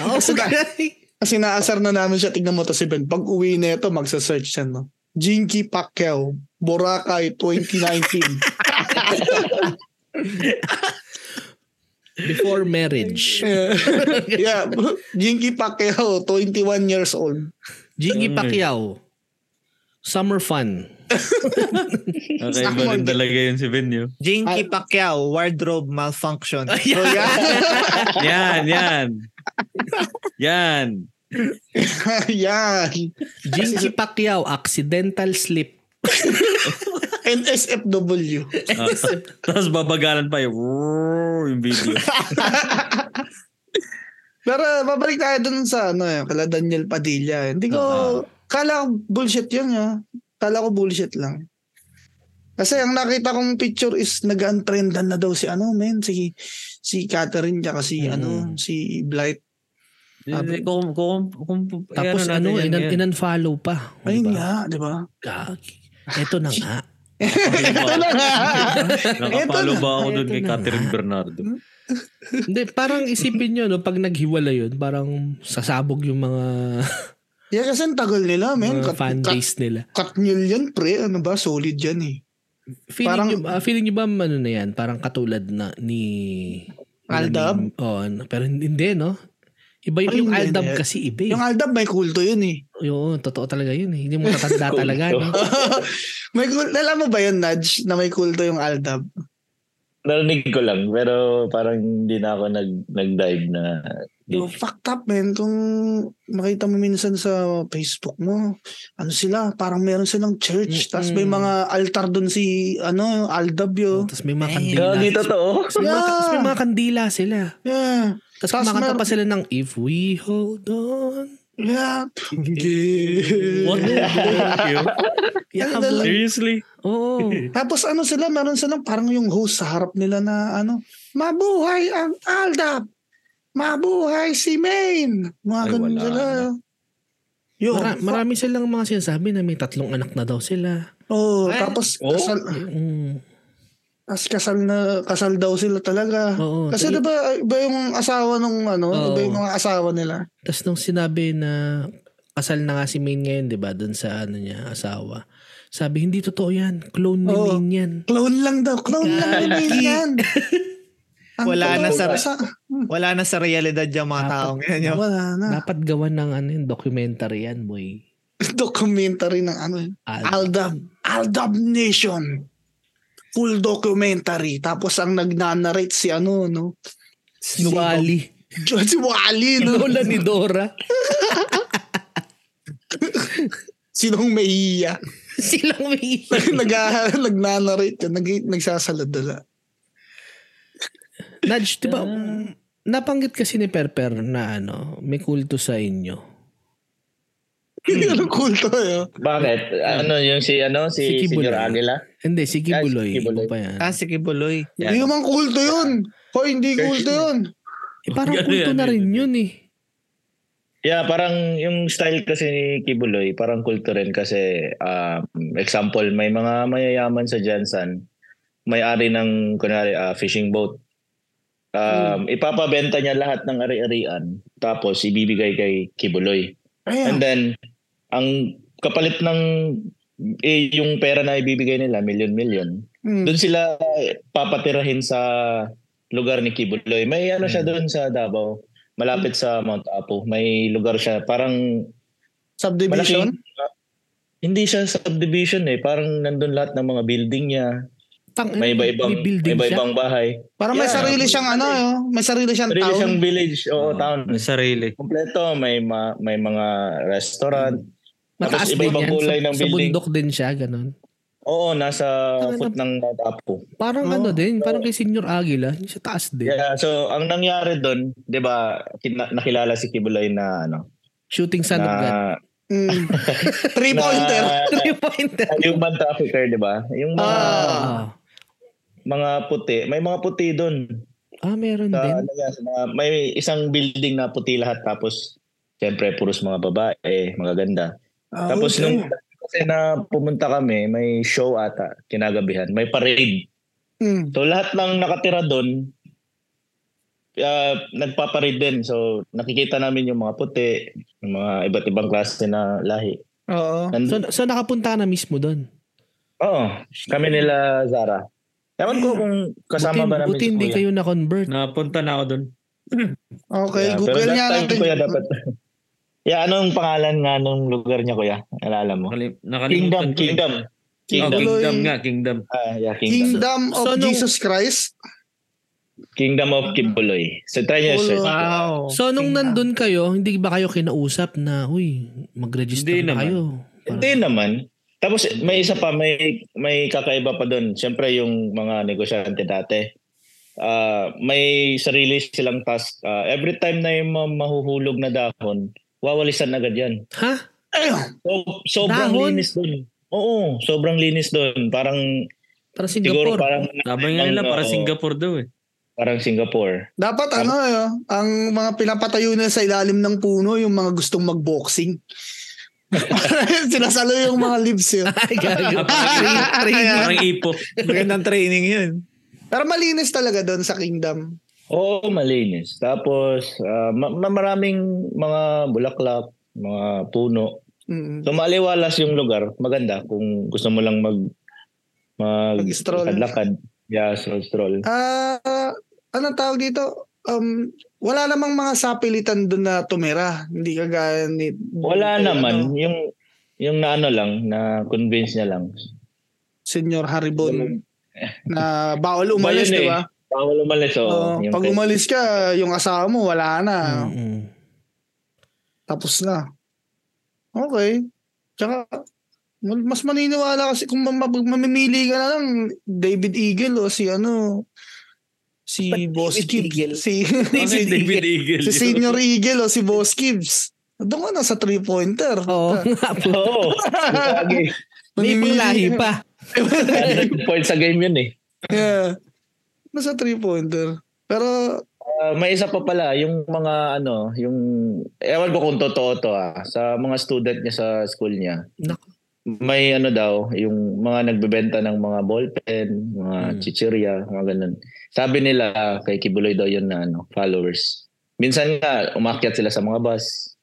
Speaker 2: Oh, okay.
Speaker 3: Kasi naasar na namin siya, tignan mo to si Ben. Pag uwi na ito, magsa-search siya, no? Jinky Pacquiao, Boracay 2019.
Speaker 2: Before marriage.
Speaker 3: yeah, Jinky Pacquiao, 21 years old.
Speaker 2: Jingy
Speaker 1: Mm.
Speaker 2: Pacquiao. Summer fun.
Speaker 1: Okay, iba rin talaga yun si Ben yun.
Speaker 4: Jinky Pacquiao, wardrobe malfunction. Oh,
Speaker 2: Ayan.
Speaker 1: Yan, yan. Yan.
Speaker 3: yeah.
Speaker 2: Jingy Pacquiao, accidental slip.
Speaker 3: NSFW.
Speaker 1: Ah, ta- Tapos babagalan pa yung, yung video.
Speaker 3: Pero babalik tayo dun sa ano, eh, kala Daniel Padilla. eh. Hindi ko,
Speaker 1: Ah.
Speaker 3: kala ko bullshit yun. ah. Kala ko bullshit lang. Kasi ang nakita kong picture is nag-untrendan na daw si ano, men, si si Catherine tsaka si
Speaker 2: Mm.
Speaker 3: ano, si Blight.
Speaker 1: Hindi, kung, kung, kung,
Speaker 2: Tapos
Speaker 1: eh,
Speaker 2: ano,
Speaker 1: natin yan,
Speaker 2: inan,
Speaker 1: yan.
Speaker 2: inunfollow pa. Diba?
Speaker 3: Ayun nga, di ba?
Speaker 2: Gagi. Eto na nga.
Speaker 3: Ito na nga.
Speaker 1: Nakapalo
Speaker 3: Eto na.
Speaker 1: ba ako doon
Speaker 2: Eto
Speaker 1: kay
Speaker 2: na.
Speaker 1: Catherine Bernardo?
Speaker 2: Hindi, parang isipin nyo, no, pag naghiwala yun, parang sasabog yung mga,
Speaker 3: Yeah, kasi ang tagal nila, men.
Speaker 2: mga
Speaker 3: Kat,
Speaker 2: fan
Speaker 3: kat,
Speaker 2: base nila.
Speaker 3: Katnil yan, pre. Ano ba? Solid yan eh.
Speaker 2: Feeling,
Speaker 3: Parang-
Speaker 2: nyo, ah, feeling nyo ba ano na yan? Parang katulad na ni...
Speaker 4: Aldab?
Speaker 2: ni- Oo, ano, pero hindi, no? Iba yung,
Speaker 3: Ay,
Speaker 2: yung
Speaker 3: hindi,
Speaker 2: Aldab
Speaker 3: hindi.
Speaker 2: kasi iba. eh.
Speaker 3: Yung Aldab, may kulto yun eh.
Speaker 2: Oo, totoo talaga yun. Eh. Hindi mo tatanda talaga. no?
Speaker 3: may kulto. Alam mo ba yun, Nudge, na may kulto yung Aldab?
Speaker 5: Narinig ko lang, pero parang hindi na ako nag, nag-dive na.
Speaker 3: Yo, fucked up, man. Kung makita mo minsan sa Facebook mo, ano sila, parang meron silang church. Tapos may
Speaker 2: Mm-mm.
Speaker 3: mga altar doon si, ano, Aldab, yo.
Speaker 2: Tapos may mga kandila.
Speaker 5: Gagi totoo.
Speaker 2: Tapos may, mga, tas may mga kandila sila.
Speaker 3: Yeah.
Speaker 2: Tapos
Speaker 3: Tas
Speaker 2: kumakanta
Speaker 3: mer-
Speaker 2: pa sila ng If We Hold On.
Speaker 3: Yeah. Yeah.
Speaker 1: What?
Speaker 2: Yeah,
Speaker 3: Talaga.
Speaker 2: boy.
Speaker 1: Seriously?
Speaker 2: Oo.
Speaker 3: Tapos ano sila, meron silang parang yung host sa harap nila na ano, mabuhay ang Aldab! Mabuhay si Maine! Mga
Speaker 1: Ay,
Speaker 3: ganun
Speaker 1: wala
Speaker 3: sila.
Speaker 1: na.
Speaker 3: Yo,
Speaker 2: Mara- marami silang mga sinasabi na may tatlong anak na daw sila.
Speaker 3: oh,
Speaker 4: Ay,
Speaker 3: tapos
Speaker 5: oh.
Speaker 3: kasal,
Speaker 2: Mm,
Speaker 3: as kasal na kasal daw sila talaga.
Speaker 2: oo.
Speaker 3: Kasi
Speaker 2: Tal-
Speaker 3: diba, iba yung asawa nung
Speaker 2: Oh,
Speaker 3: ano,
Speaker 2: Oo.
Speaker 3: iba yung mga asawa nila.
Speaker 2: Tapos nung sinabi na kasal na nga si Maine ngayon, di ba, dun sa ano niya, asawa. Sabi, hindi totoo yan. Clone ni
Speaker 3: Oo.
Speaker 2: Maine yan.
Speaker 3: Clone lang daw, clone lang ni Maine yan. Ang
Speaker 4: Wala na
Speaker 3: clone
Speaker 4: sa-
Speaker 3: asa-
Speaker 4: Wala na sa realidad yung mga tao ngayon. Yung,
Speaker 3: Wala na.
Speaker 2: Dapat gawan ng ano yun, documentary yan, boy.
Speaker 3: Documentary ng ano yun.
Speaker 2: Al-
Speaker 3: Aldab. Aldab Nation. Full documentary. Tapos ang nagnanarrate si ano, no?
Speaker 2: si Wally.
Speaker 3: Jo- Si Wally, no?
Speaker 2: Lola ni Dora.
Speaker 3: Sinong may iya.
Speaker 2: Silang may
Speaker 3: Nag, nagnanarrate yun. Nag, nagsasaladala.
Speaker 2: Nudge, di ba, mm, napanggit kasi ni Perper na ano, may kulto sa inyo.
Speaker 3: Hindi ko alam kulto yun.
Speaker 5: Bakit? Ano yung si ano
Speaker 2: Si
Speaker 5: si, si
Speaker 2: Kibuloy.
Speaker 5: Senyor Angela?
Speaker 2: Hindi, si
Speaker 5: Ah, si
Speaker 2: Kibuloy.
Speaker 5: Kibuloy.
Speaker 2: iba pa yan.
Speaker 4: ah, sige, Buloy.
Speaker 5: Yan.
Speaker 3: Hindi naman kulto yun. Hoy, hindi kulto yun.
Speaker 2: Eh, parang
Speaker 1: Ano
Speaker 2: kulto
Speaker 1: yan,
Speaker 2: na
Speaker 1: yan,
Speaker 2: rin
Speaker 1: yan.
Speaker 2: yun eh.
Speaker 5: Yeah, parang yung style kasi ni Kibuloy, parang kulto rin kasi um, example, may mga mayayaman sa Jansan, may-ari ng kunwari ah, fishing boat. Um, ipapabenta niya lahat ng ari-arian tapos ibibigay kay Kibuloy.
Speaker 3: Ayan.
Speaker 5: And then ang kapalit ng eh, yung pera na ibibigay nila, million-million,
Speaker 3: Mm.
Speaker 5: doon sila papatirahin sa lugar ni Kibuloy. May ano siya doon sa Davao,
Speaker 2: Mm.
Speaker 5: malapit sa Mount Apo. May lugar siya, parang
Speaker 3: Subdivision?
Speaker 5: malaking- hindi siya subdivision eh. Parang nandun lahat ng mga building niya.
Speaker 2: Tang,
Speaker 5: May
Speaker 2: Mm.
Speaker 5: iba-ibang,
Speaker 2: may building
Speaker 5: may
Speaker 2: siya.
Speaker 5: iba-ibang bahay.
Speaker 3: Parang may
Speaker 5: Yeah.
Speaker 3: sarili siyang ano, yun. may sarili siyang
Speaker 5: Sarili
Speaker 3: town.
Speaker 5: siyang village. Oo, town.
Speaker 1: May sarili.
Speaker 5: Kompleto. May, ma- may mga restaurant.
Speaker 2: Mataas
Speaker 5: Tapos
Speaker 2: din
Speaker 5: iba-ibang
Speaker 2: yan.
Speaker 5: kulay
Speaker 2: sa,
Speaker 5: ng
Speaker 2: sa
Speaker 5: building.
Speaker 2: bundok din siya, ganun.
Speaker 5: Oo, nasa
Speaker 2: Tangina.
Speaker 5: foot ng Mount Apo.
Speaker 2: Parang
Speaker 3: Oo.
Speaker 2: ano din, parang kay Senior Aguila, yung sa taas din.
Speaker 5: Yeah, so ang nangyari doon, 'di ba, kin- nakilala si Kibuloy na ano,
Speaker 2: Shooting son of God.
Speaker 5: na,
Speaker 3: Mm. Three pointer.
Speaker 5: na
Speaker 2: Three pointer.
Speaker 5: human trafficker, 'di ba? Yung mga
Speaker 3: Ah.
Speaker 2: Ah,
Speaker 5: mga puti, may mga puti doon.
Speaker 2: ah meron
Speaker 5: Sa,
Speaker 2: din.
Speaker 5: ano yan, sa mga- may isang building na puti lahat tapos syempre puros mga babae, mga ganda.
Speaker 3: Ah,
Speaker 5: tapos
Speaker 3: okay.
Speaker 5: nung kasi na pumunta kami, may show ata kinagabihan, may parade.
Speaker 3: Mm.
Speaker 5: So lahat ng nakatira doon, ah, nagpaparade din. So nakikita namin yung mga puti, yung mga iba't ibang klase na lahi.
Speaker 4: Oo.
Speaker 5: And,
Speaker 2: So, so nakapunta ka na mismo doon.
Speaker 5: oo, kami nila Zara. Ewan ko kung kasama
Speaker 2: Buti-
Speaker 5: ba namin
Speaker 2: buti
Speaker 5: si
Speaker 2: hindi
Speaker 5: Kuya.
Speaker 2: kayo na-convert.
Speaker 1: Napunta na ako doon.
Speaker 3: Okay,
Speaker 5: Yeah, pero
Speaker 3: Google
Speaker 5: that
Speaker 3: niya
Speaker 5: time,
Speaker 3: natin.
Speaker 5: Kuya, dapat. yeah, anong pangalan nga nung lugar niya, Kuya? Alala mo?
Speaker 1: Nakalim- nakalimutan
Speaker 5: Kingdom,
Speaker 1: ko.
Speaker 5: Kingdom.
Speaker 1: Oh,
Speaker 5: Kingdom.
Speaker 1: kingdom nga, kingdom.
Speaker 5: Ah, yeah, Kingdom.
Speaker 3: Kingdom of
Speaker 2: So, nung-
Speaker 3: Jesus Christ.
Speaker 5: Kingdom of Kibuloy. So try niyo, sir.
Speaker 4: Wow.
Speaker 2: So nung
Speaker 4: Tingnan.
Speaker 2: nandun kayo, hindi ba kayo kinausap na, uy, mag-register
Speaker 1: Hindi naman.
Speaker 2: na kayo?
Speaker 5: Hindi naman. Tapos may isa pa, may, may kakaiba pa doon. Siyempre yung mga negosyante dati. Ah, may sarili silang task. Ah, every time na yung mga mahuhulog na dahon, wawalisan agad yan.
Speaker 2: Ha?
Speaker 3: Ayun.
Speaker 5: So, sobrang
Speaker 2: Dahon?
Speaker 5: linis doon. Oo, sobrang linis doon. Parang
Speaker 2: Para
Speaker 5: siguro
Speaker 2: Singapore.
Speaker 5: parang
Speaker 1: Sabi nga nila, para Singapore daw eh.
Speaker 5: Parang Singapore.
Speaker 3: Dapat ano, yun, ang mga pinapatayo nila sa ilalim ng puno, yung mga gustong mag-boxing. Sinasalo yung mga eh. lips yun.
Speaker 2: Ay, gago.
Speaker 3: Ayan.
Speaker 1: Parang ipo.
Speaker 4: Magandang training yun.
Speaker 3: Pero malinis talaga doon sa kingdom.
Speaker 5: Oo, malinis. Tapos, ah, ma- ma- maraming mga bulaklak, mga puno.
Speaker 3: Mm.
Speaker 5: So, maaliwalas yung lugar. Maganda kung gusto mo lang mag mag
Speaker 3: Mag-stroll.
Speaker 5: lakad Yeah, stroll, stroll.
Speaker 3: Ah, anong tawag dito? Um, wala namang mga sapilitan doon na tumira. Hindi kagaya ni...
Speaker 5: Wala
Speaker 3: kay,
Speaker 5: naman.
Speaker 3: ano,
Speaker 5: Yung, yung na ano lang, na convince niya lang.
Speaker 3: Senyor Haribon. na bawal umalis,
Speaker 5: Ba yun
Speaker 3: di
Speaker 5: eh?
Speaker 3: ba?
Speaker 5: Bawal umalis, oo.
Speaker 3: Oo,
Speaker 5: Yung
Speaker 3: pag
Speaker 5: kay- Hmm.
Speaker 3: umalis ka, yung asawa mo, wala na.
Speaker 2: Mm-mm.
Speaker 3: Tapos na. Okay. Tsaka, mal- mas maniniwala kasi kung mam- mab- mamimili ka na lang, David Eagle o si ano, si Boss Gibbs.
Speaker 2: Eagle?
Speaker 3: Si,
Speaker 1: David,
Speaker 3: si,
Speaker 1: David Eagle.
Speaker 3: si Senior Eagle o si Boss Gibbs. Doon ka na sa three-pointer.
Speaker 2: Oo nga po.
Speaker 5: Oo. Lagi.
Speaker 2: May
Speaker 3: Mamimili
Speaker 2: ibang lahi
Speaker 3: ka.
Speaker 2: pa.
Speaker 5: Point sa game yun eh.
Speaker 3: Yeah. Nasa three-pointer. Pero,
Speaker 5: Ah, may isa pa pala, yung mga ano, yung, ewan ko kung totoo to ah, sa mga student niya sa school niya.
Speaker 2: Nako.
Speaker 5: May ano daw, yung mga nagbebenta ng mga ballpen, mga
Speaker 1: Hmm.
Speaker 5: chichirya, mga ganun. Sabi nila ah, kay Kibuloy daw yun na ano, followers. Minsan nga, umakyat sila sa mga bus.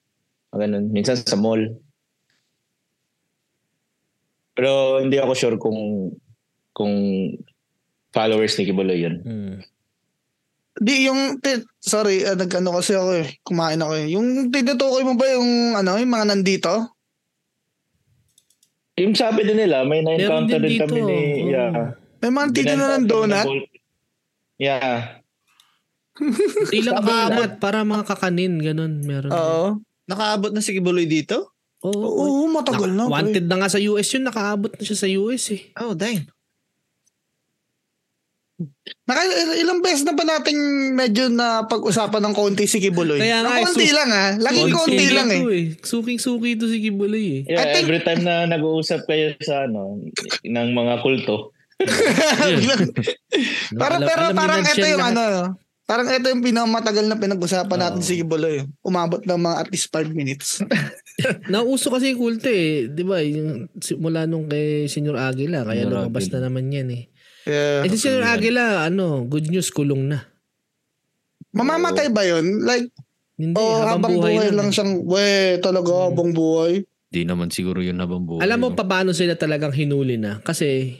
Speaker 5: Mga ganun. Minsan sa mall. Pero hindi ako sure kung kung followers ni Kibuloy yun.
Speaker 1: Mm.
Speaker 3: di yung, ti- sorry, uh, nag-ano kasi ako eh, kumain ako eh. Yung tinutukoy mo ba yung, ano, yung mga nandito?
Speaker 5: Yung sabi din nila, may
Speaker 2: Meron
Speaker 5: na-encounter
Speaker 2: din
Speaker 5: din,
Speaker 2: dito. Oh.
Speaker 5: kami ni...
Speaker 2: Oo.
Speaker 5: Yeah.
Speaker 3: May mga
Speaker 5: Binenta
Speaker 3: tinira ng
Speaker 5: kami
Speaker 3: donut.
Speaker 5: ball- Yeah.
Speaker 2: Hindi lang
Speaker 3: Saka-
Speaker 2: donut. Para mga kakanin. Ganun. Meron.
Speaker 3: Oo.
Speaker 4: Nakaabot na si Kibuloy dito?
Speaker 2: Oo.
Speaker 3: Oo, matagal na. pre.
Speaker 2: Wanted na nga sa US yun. Nakaabot na siya sa US eh.
Speaker 4: Oh, dang.
Speaker 3: Naka, ilang beses na ba nating medyo na pag-usapan ng konti si Kibuloy?
Speaker 2: Kaya nga,
Speaker 3: Ang konti
Speaker 2: so-
Speaker 3: lang ha. Laging konti lang eh.
Speaker 2: Suking-suki ito si Kibuloy eh.
Speaker 5: yeah
Speaker 3: I think-
Speaker 5: Every time na nag-uusap kayo sa ano, ng mga kulto,
Speaker 3: parang,
Speaker 2: Alam-
Speaker 3: pero
Speaker 2: alam ni
Speaker 3: parang
Speaker 2: Nadsyan
Speaker 3: ito yung
Speaker 2: lahat.
Speaker 3: ano, parang ito yung pinakamatagal na pinag-usapan natin
Speaker 2: Oo.
Speaker 3: si Kibuloy. Umabot ng mga at least 5 minutes.
Speaker 2: Nauso kasi yung kulte eh. Di ba? Yung, simula nung kay Senyor Aguila. Kaya
Speaker 1: Senyor
Speaker 2: lumabas
Speaker 1: Aguila.
Speaker 2: na naman yan eh.
Speaker 3: Yeah.
Speaker 2: Eh si Senyor Aguila, ano, good news, kulong na.
Speaker 3: Mamamatay ba yun? Like,
Speaker 2: Hindi,
Speaker 3: oh, habang buhay,
Speaker 2: eh. Hmm.
Speaker 3: lang, siyang, we, talaga, habang buhay.
Speaker 1: Di naman siguro yun habang buhay.
Speaker 2: Alam mo
Speaker 1: no?
Speaker 2: pa paano sila talagang hinuli na? Kasi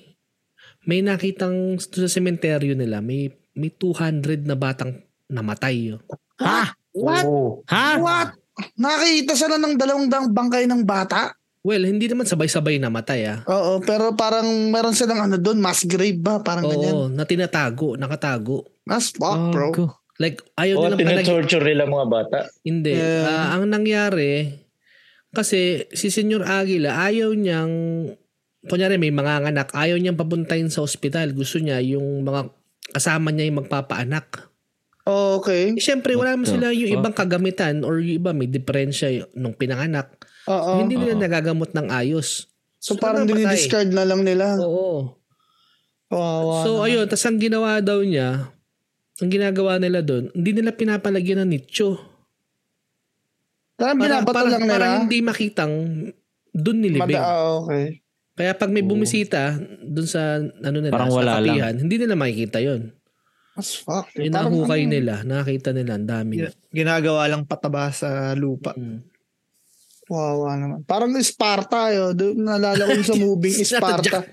Speaker 2: may nakitang sa sementeryo nila, may may 200 na batang namatay. oh.
Speaker 3: Ha? What?
Speaker 1: Ha?
Speaker 3: What? Nakakita sila ng dalawang dang bangkay ng bata?
Speaker 2: Well, hindi naman sabay-sabay namatay ah.
Speaker 3: Oo, pero parang meron silang ano doon, mass grave ba? Parang ganyan.
Speaker 2: Oo, Ah, na tinatago, nakatago.
Speaker 3: As fuck, bro.
Speaker 1: Gago.
Speaker 2: Like, ayaw
Speaker 5: o
Speaker 2: nilang palag-
Speaker 5: tinatorture nila mga bata.
Speaker 2: Hindi.
Speaker 3: Yeah.
Speaker 2: Ah, ang nangyari, kasi si Senyor Aguila, ayaw niyang, kunyari may mga anak, ayaw niyang papuntayin sa ospital. Gusto niya yung mga kasama niya yung magpapaanak.
Speaker 3: Oh, okay.
Speaker 2: Eh, Siyempre, wala naman
Speaker 1: What the
Speaker 2: sila yung
Speaker 1: fuck?
Speaker 2: ibang kagamitan or yung iba may diferensya y- nung pinanganak.
Speaker 3: Oo.
Speaker 2: Hindi nila
Speaker 1: Oo.
Speaker 2: nagagamot ng ayos.
Speaker 3: So,
Speaker 2: Sila
Speaker 3: parang
Speaker 2: napatay.
Speaker 3: dinidiscard na lang nila.
Speaker 2: Oo.
Speaker 3: Kawawa
Speaker 2: So,
Speaker 3: Ah. naman.
Speaker 2: ayun. Tapos ang ginawa daw niya, ang ginagawa nila doon, hindi nila pinapalagyan ng nicho.
Speaker 3: Parang
Speaker 2: Para,
Speaker 3: binabato
Speaker 2: para,
Speaker 3: lang nila.
Speaker 2: para hindi makitang doon nilibing.
Speaker 3: Mada, ah, okay.
Speaker 2: Kaya pag may
Speaker 1: Oo.
Speaker 2: bumisita dun sa ano
Speaker 1: Oh.
Speaker 2: nila,
Speaker 1: Parang
Speaker 2: sa
Speaker 1: wala lang.
Speaker 2: kapihan, hindi nila makikita yon.
Speaker 3: As fuck. Parang
Speaker 2: Inahukay
Speaker 3: ano,
Speaker 2: nila, nakakita nila, ang dami.
Speaker 4: Gina- Ginagawa lang pataba sa lupa.
Speaker 2: Mm.
Speaker 3: Kawawa naman. Parang Sparta yun. Doon naalala ko yung sa moving Sparta.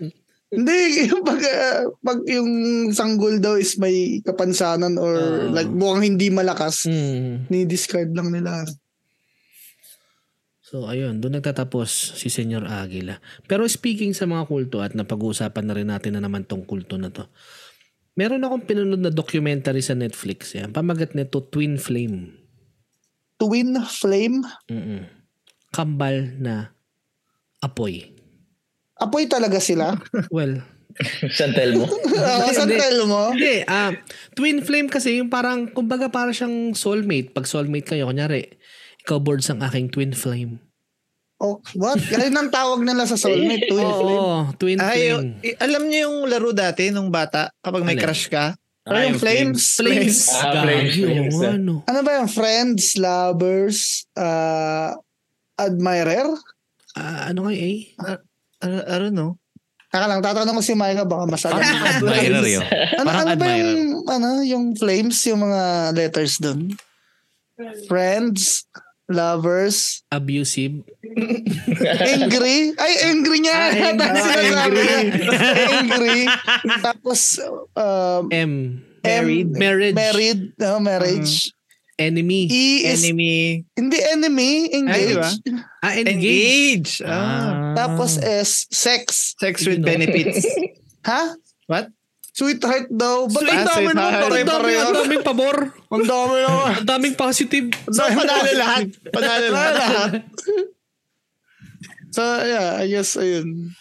Speaker 3: Hindi, yung pag, ah, pag yung sanggol daw is may kapansanan or
Speaker 2: Oo.
Speaker 3: like mukhang hindi malakas,
Speaker 2: Mm.
Speaker 3: ni-discard lang nila.
Speaker 2: So ayun, doon nagtatapos si Senyor Aguila. Pero speaking sa mga kulto at napag-uusapan na rin natin na naman tong kulto na to. Meron akong pinunod na documentary sa Netflix. Yan. Pamagat nito, Twin Flame.
Speaker 3: Twin flame?
Speaker 2: Mm-mm. Kambal na apoy.
Speaker 3: Apoy talaga sila?
Speaker 2: Well,
Speaker 5: San Telmo.
Speaker 3: Ah,
Speaker 2: Hindi,
Speaker 3: Saan
Speaker 2: hindi.
Speaker 3: tell mo?
Speaker 2: Hindi, ah, twin flame kasi yung parang, kumbaga parang siyang soulmate. Pag soulmate kayo, kunyari, ikaw boards ang aking twin flame.
Speaker 3: Oh, what? Yan ang tawag nila sa soulmate, twin
Speaker 2: Oo,
Speaker 3: flame.
Speaker 2: twin
Speaker 4: Ay,
Speaker 2: flame.
Speaker 4: y- alam niyo yung laro dati nung bata kapag may
Speaker 2: Alin?
Speaker 4: crush ka?
Speaker 1: Ah,
Speaker 3: Ano yung flames?
Speaker 2: Flames.
Speaker 5: Ah, flames,
Speaker 2: Gagi,
Speaker 5: flames,
Speaker 2: oo,
Speaker 5: ah.
Speaker 2: ano.
Speaker 3: Ano ba yung friends, lovers, uh, ah, admirer?
Speaker 2: ah, ano nga eh?
Speaker 4: I, I don't know.
Speaker 3: Taka lang, tatanong ko si Micah baka mas alam.
Speaker 1: Parang admirer yun.
Speaker 3: ano,
Speaker 1: parang
Speaker 3: ano ba
Speaker 1: admirer.
Speaker 3: yung, ano, yung flames, yung mga letters doon? Friends, lovers,
Speaker 2: Abusive.
Speaker 3: angry. Ay, angry niya.
Speaker 2: Ah, angry.
Speaker 3: Tama,
Speaker 2: Ah,
Speaker 3: sinasabi
Speaker 2: angry.
Speaker 3: niya. angry. Tapos, um,
Speaker 2: M.
Speaker 3: Married.
Speaker 2: M, Marriage.
Speaker 3: married, no, marriage.
Speaker 2: Enemy.
Speaker 3: E is,
Speaker 4: Enemy.
Speaker 3: hindi enemy, engage.
Speaker 4: ba?
Speaker 2: ah, engage.
Speaker 4: Engage. Ah.
Speaker 3: Tapos S, sex.
Speaker 4: Sex with
Speaker 2: Yun, no?
Speaker 4: benefits.
Speaker 3: Ha?
Speaker 4: What?
Speaker 3: Sweetheart daw. Ba't
Speaker 4: Sweet-
Speaker 3: ang dami
Speaker 4: Ah,
Speaker 3: naman
Speaker 2: Ang
Speaker 4: sweetheart.
Speaker 2: dami,
Speaker 3: pare-pareho?
Speaker 2: ang daming pabor.
Speaker 3: Ang dami naman.
Speaker 2: Ang daming positive.
Speaker 3: So,
Speaker 4: Panalo lahat. Panalo lahat.
Speaker 3: So, yeah, I guess, ayun.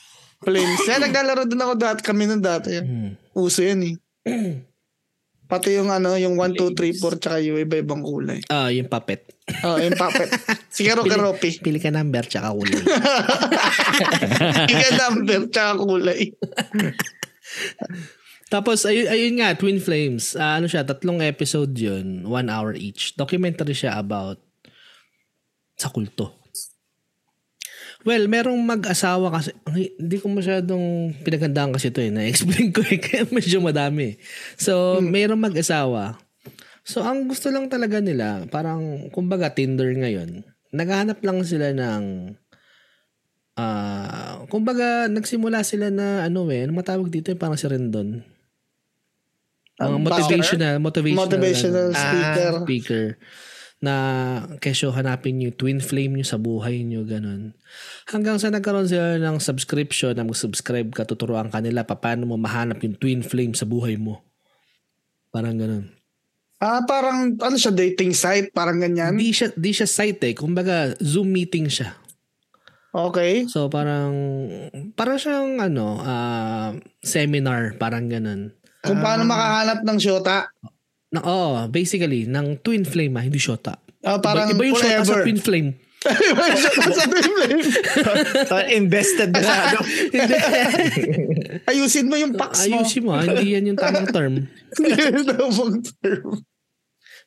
Speaker 3: Flames. Yan, naglalaro din ako dati. Kami nun dati. Uso yan eh. Pati yung ano, yung 1, 2, 3, 4, tsaka yung iba-ibang kulay.
Speaker 2: Ah, yung puppet.
Speaker 3: Oh, yung puppet. Si Kero Karopi.
Speaker 2: Pili ka number, tsaka kulay.
Speaker 3: Ika number, tsaka kulay.
Speaker 2: Tapos, ayun, ayun nga, Twin Flames. Ah, ano siya, tatlong episode yun, one hour each. Documentary siya about sa kulto. Well, merong mag-asawa kasi, ang hi- hindi ko masyadong pinaghandaan kasi ito eh. Na-explain ko eh, kaya medyo madami. eh. So, merong mag-asawa. So, ang gusto lang talaga nila, parang, kumbaga, Tinder ngayon. Naghahanap lang sila ng Ah, kumbaga nagsimula sila na ano eh, ano matawag dito eh, parang si Rendon. Mga
Speaker 3: Ang
Speaker 2: motivational, motivational,
Speaker 3: Motivational Ah.
Speaker 2: ano,
Speaker 3: speaker.
Speaker 2: speaker na kesyo hanapin nyo, twin flame nyo sa buhay nyo, ganun. Hanggang sa nagkaroon sila ng subscription na mag-subscribe ka, tuturuan ka nila pa paano mo mahanap yung twin flame sa buhay mo. Parang ganun.
Speaker 3: Ah, parang, ano siya, dating site, parang ganyan.
Speaker 2: Di siya, di siya site eh. Kumbaga, Zoom meeting siya.
Speaker 3: Okay.
Speaker 2: So parang parang siyang ano ah, seminar parang ganun.
Speaker 3: Kung paano
Speaker 2: Ah.
Speaker 3: makahanap ng syota.
Speaker 2: Na, oh, basically ng twin flame ah, hindi shota.
Speaker 3: Ah, parang
Speaker 2: iba, iba yung shota sa
Speaker 3: forever.
Speaker 2: twin flame.
Speaker 3: Iba yung syota sa twin flame.
Speaker 4: Oh, Invested na. ano?
Speaker 2: Hindi.
Speaker 3: Ayusin mo yung packs mo.
Speaker 2: Ayusin mo, ah, hindi yan yung tamang term.
Speaker 3: Hindi yun ang term.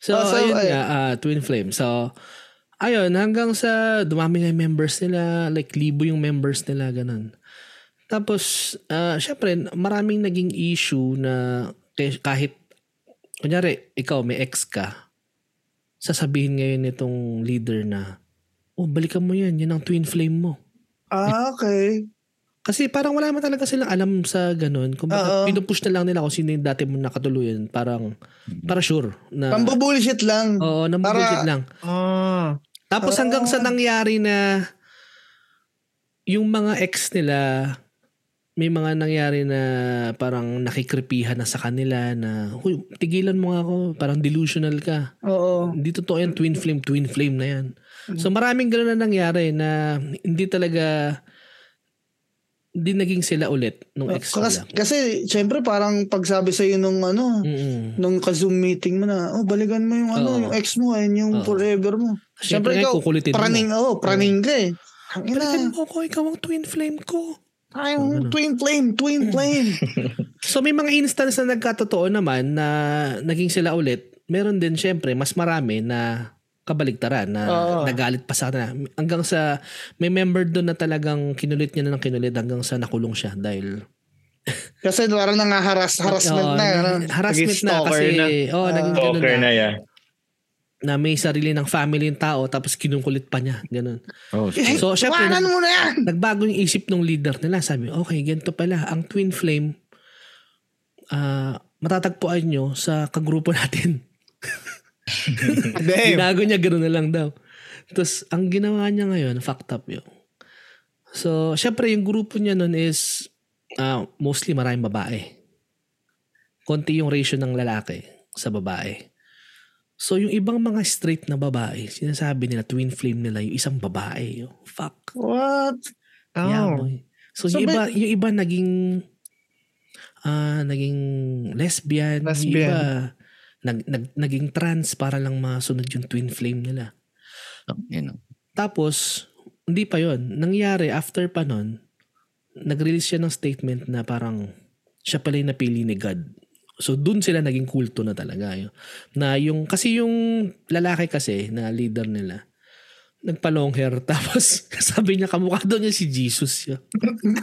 Speaker 2: So,
Speaker 3: Oh, so,
Speaker 2: ayun
Speaker 3: ay-
Speaker 2: nga, ah, twin flame. So ayun, hanggang sa dumami na yung members nila, like libo yung members nila ganun. Tapos, ah, syempre, maraming naging issue na kah- kahit, kunyari, ikaw may ex ka, sasabihin ngayon nitong leader na, oh, balikan mo yan, yan ang twin flame mo.
Speaker 3: Ah, okay.
Speaker 2: Kasi parang wala man talaga silang alam sa ganun. Kung
Speaker 3: Oo.
Speaker 2: baka pinupush na lang nila kung sino yung dati mo nakatuluyan. Parang, para sure na,
Speaker 3: Pambubullshit lang.
Speaker 2: oo, na
Speaker 3: para-
Speaker 2: mabulit lang.
Speaker 4: oh.
Speaker 2: Tapos
Speaker 3: Ah.
Speaker 2: hanggang sa nangyari na yung mga ex nila, may mga nangyari na parang nakikripihan na sa kanila na, huy, tigilan mo nga ako, parang delusional ka.
Speaker 3: Oo.
Speaker 2: Hindi totoo yan, twin flame, twin flame na yan. So maraming gano'n na nangyari na hindi talaga, hindi naging sila ulit nung ex
Speaker 3: Kasi,
Speaker 2: nila.
Speaker 3: kasi syempre parang pagsabi sa iyo nung ano,
Speaker 2: Mm-mm.
Speaker 3: nung ka-Zoom meeting mo na, oh, balikan mo yung ano,
Speaker 2: Hmm. Oo.
Speaker 3: yung ex mo and
Speaker 2: Oo.
Speaker 3: yung forever mo.
Speaker 2: Siyempre,
Speaker 3: Syempre ikaw,
Speaker 2: kukulitin mo.
Speaker 3: praning, oh, praning ka eh. Ang ina,
Speaker 2: Balikan mo ko, ikaw ang twin flame ko.
Speaker 3: ay, twin flame, twin flame.
Speaker 2: So may mga instance na nagkatotoo naman na naging sila ulit. Meron din syempre mas marami na kabaligtaran na
Speaker 3: Oo.
Speaker 2: nagalit pa sa kanila. Hanggang sa may member doon na talagang kinulit niya na ng kinulit hanggang sa nakulong siya dahil
Speaker 3: kasi parang nang harass,
Speaker 2: Oo,
Speaker 3: harassment na. ano.
Speaker 2: naging harassment
Speaker 4: Naging
Speaker 2: na
Speaker 4: stalker
Speaker 2: kasi
Speaker 4: na.
Speaker 2: oh, naging ganun
Speaker 5: Poker
Speaker 2: na,
Speaker 5: na yan.
Speaker 2: na may sarili ng family ng tao tapos kinungkulit pa niya ganun.
Speaker 1: Oh, shit.
Speaker 2: So syempre
Speaker 3: Tawanan mo na yan!
Speaker 2: nagbago yung isip ng leader nila. Sabi, okay, ganito pala. Ang twin flame, ah, matatagpuan nyo sa kagrupo natin.
Speaker 4: Damn.
Speaker 2: Ginago niya, gano'n na lang daw. Tapos, ang ginawa niya ngayon, fucked up yun. So, syempre, yung grupo niya nun is ah, mostly maraming babae. Konti yung ratio ng lalaki sa babae. So, yung ibang mga straight na babae, sinasabi nila, twin flame nila, yung isang babae. Yo. Fuck.
Speaker 3: What?
Speaker 4: Oh.
Speaker 2: Yamoy. So,
Speaker 3: So,
Speaker 2: yung, iba,
Speaker 3: ba-
Speaker 2: yung iba naging ah naging lesbian, yung
Speaker 4: Lesbian.
Speaker 2: iba nag, nag, naging trans para lang masunod yung twin flame nila.
Speaker 1: Yun, oh.
Speaker 2: Tapos, hindi pa yon Nangyari, after pa nun, nag-release siya ng statement na parang siya pala yung napili ni God. So, dun sila naging kulto na talaga. Yun. Na yung, kasi yung lalaki kasi na leader nila, nagpa-long hair. Tapos sabi niya, kamukha daw niya si Jesus. Yun.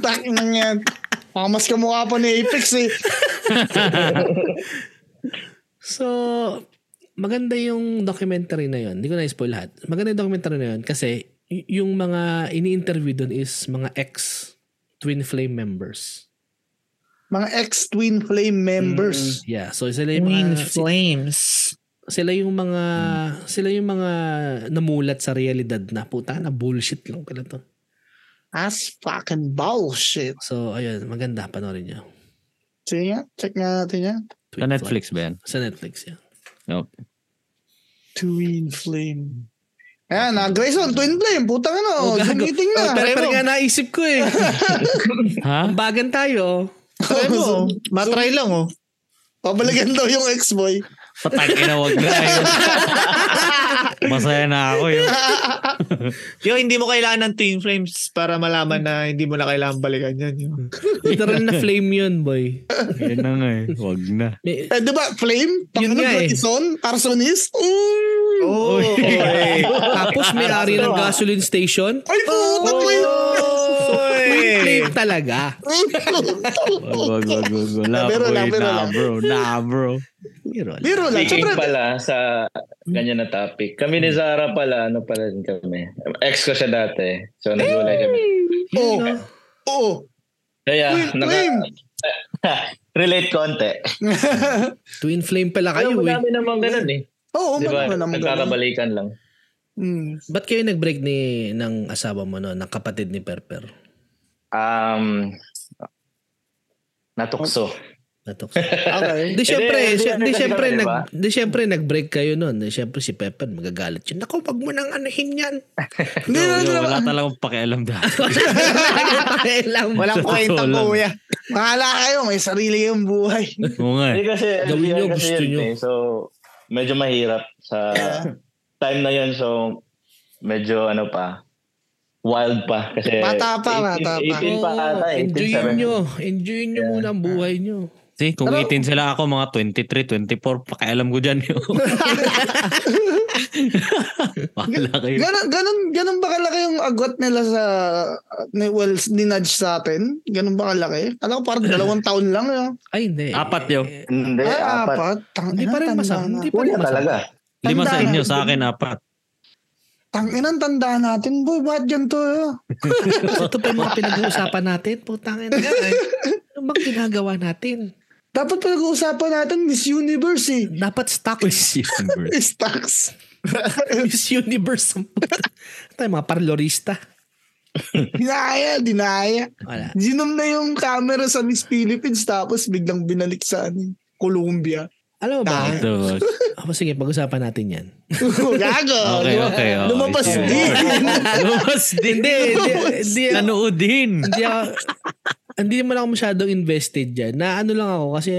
Speaker 3: Tak na yan. Baka mas kamukha pa ni Apex eh.
Speaker 2: So, maganda yung documentary na yun. Hindi ko na-spoil lahat. Maganda yung documentary na yun kasi y- yung mga ini-interview doon is mga ex-Twin Flame members.
Speaker 3: Mga ex-Twin Flame members.
Speaker 2: Yeah, so sila yung
Speaker 4: Twin
Speaker 2: mga, si-
Speaker 4: Flames.
Speaker 2: sila yung mga sila yung mga namulat sa realidad na puta na bullshit lang pala to.
Speaker 3: That's fucking bullshit.
Speaker 2: So, ayun, maganda panoorin niyo.
Speaker 3: Sige nga, check nga natin yan.
Speaker 1: Sa Netflix ba yan?
Speaker 2: Flame. Sa Netflix, yeah.
Speaker 1: Okay.
Speaker 3: Twin Flame. Ayan, ah, Grayson, Twin Flame. Putang ano, Zoom
Speaker 2: gago.
Speaker 3: meeting na.
Speaker 2: Oh, pero, pero nga naisip ko eh.
Speaker 1: ha?
Speaker 2: Bagan tayo.
Speaker 4: Try mo. Matry lang oh.
Speaker 3: Pabalikan daw yung ex-boy.
Speaker 1: Patangin na wag na. yun. Masaya na ako eh. yun.
Speaker 4: Yo, hindi mo kailangan ng Twin Flames para malaman na hindi mo na kailangan balikan yan. Yo.
Speaker 2: Literal na flame yun, boy.
Speaker 1: Yan na nga eh. Wag na.
Speaker 2: May,
Speaker 3: Eh, di ba, Flame?
Speaker 2: Yun
Speaker 3: Yun
Speaker 2: nga eh.
Speaker 3: Grayson, Arsonis. Mm.
Speaker 4: Oh, okay.
Speaker 2: Tapos may ari ng gasoline station.
Speaker 3: Ay, puta, Flame.
Speaker 2: oh.
Speaker 1: Eh.
Speaker 2: Twin flame talaga.
Speaker 1: Wag, wag, wag, wag. wag. Nah,
Speaker 3: Biro
Speaker 1: boy,
Speaker 3: lang, biro
Speaker 1: nah,
Speaker 3: lang.
Speaker 1: bro. Nah, bro.
Speaker 2: Biro lang.
Speaker 3: Biro lang.
Speaker 5: Speaking
Speaker 3: Siyempre,
Speaker 5: pala sa ganyan na topic, kami ni Zara pala, ano pala din kami. Ex ko siya dati. So, nagulay kami.
Speaker 3: oo.
Speaker 2: Yun, no?
Speaker 3: Oo.
Speaker 5: Kaya,
Speaker 3: Twin Flame.
Speaker 5: relate konti.
Speaker 2: Twin flame pala
Speaker 5: Ay,
Speaker 2: kayo eh.
Speaker 5: madami namang ganun eh.
Speaker 3: Oo,
Speaker 5: Di ba?
Speaker 3: marami naman ganun.
Speaker 5: Nagkakabalikan lang.
Speaker 3: Mm.
Speaker 2: Ba't kayo nag-break ni, ng asawa mo no? Ng kapatid ni Perper?
Speaker 5: Um, natukso.
Speaker 2: Natok.
Speaker 3: Okay.
Speaker 2: Di syempre,
Speaker 5: Hindi, ano
Speaker 2: sy- di
Speaker 5: hindi, hindi
Speaker 2: syempre,
Speaker 5: kami,
Speaker 2: nag, di syempre nag-break kayo nun. Di syempre si Pepper magagalit yun. Naku, wag mo nang anuhin yan.
Speaker 3: Hindi
Speaker 1: Yo,
Speaker 3: na
Speaker 1: yo,
Speaker 3: naman.
Speaker 1: wala talagang pakialam dahil.
Speaker 2: Kailang
Speaker 4: Walang
Speaker 1: Totoo
Speaker 4: kwenta
Speaker 1: lang.
Speaker 4: po kuya.
Speaker 3: Bahala kayo, may sarili kayong buhay.
Speaker 1: Oo nga eh.
Speaker 5: Hindi kasi,
Speaker 2: Gawin
Speaker 5: LDR
Speaker 2: nyo,
Speaker 5: kasi
Speaker 2: gusto
Speaker 5: yun
Speaker 2: nyo.
Speaker 5: eh. So, medyo mahirap sa time na yun. So, medyo ano pa, wild pa. Kasi
Speaker 3: Bata pa, bata pa.
Speaker 5: 18 pa ata
Speaker 2: Oh,
Speaker 5: eh. 18
Speaker 2: enjoy
Speaker 5: sa rin.
Speaker 2: nyo. Enjoy nyo muna ang buhay nyo.
Speaker 1: See, kung 18 sila ako, mga 23, 24, pakialam ko dyan yun. Pahala kayo.
Speaker 3: Ganon, ganon, ganon ba kalaki yung agot nila sa, ni, well, ni Nudge sa atin? Ganon ba kalaki? Alam ko parang dalawang taon lang. Yun.
Speaker 2: Ay, hindi. Eh,
Speaker 1: Apat yun.
Speaker 5: Hindi,
Speaker 3: Ay,
Speaker 2: Ah,
Speaker 5: apat.
Speaker 3: apat. Tang,
Speaker 2: Hindi pa rin masama. Hindi pa rin
Speaker 5: Wala
Speaker 2: masama.
Speaker 5: talaga.
Speaker 1: Lima sa
Speaker 3: Tanda
Speaker 1: inyo,
Speaker 3: na.
Speaker 1: sa akin apat.
Speaker 3: Tanginan, tandaan natin. Boy, ba't ganito? ah? yun?
Speaker 2: Ito pa yung mga pinag-uusapan natin. Putang ina. Ano bang ginagawa natin?
Speaker 3: Dapat pag-uusapan natin Miss Universe eh.
Speaker 2: Dapat stock
Speaker 3: Stacks.
Speaker 2: Miss Universe. ang puta. Ito yung mga parlorista.
Speaker 3: dinaya, dinaya.
Speaker 2: Wala.
Speaker 3: Ginom na yung camera sa Miss Philippines tapos biglang binalik sa ano, Colombia.
Speaker 2: Alam mo ba?
Speaker 1: Ito. boss.
Speaker 2: Ako sige, pag-usapan natin yan.
Speaker 3: Gago.
Speaker 1: Okay, okay. okay.
Speaker 3: Lumabas
Speaker 1: Sige.
Speaker 3: din.
Speaker 1: Lumabas din.
Speaker 2: Ah, hindi, hindi, hindi, hindi,
Speaker 1: Nanood din.
Speaker 2: hindi, ako, hindi naman ako masyadong invested dyan. Na ano lang ako kasi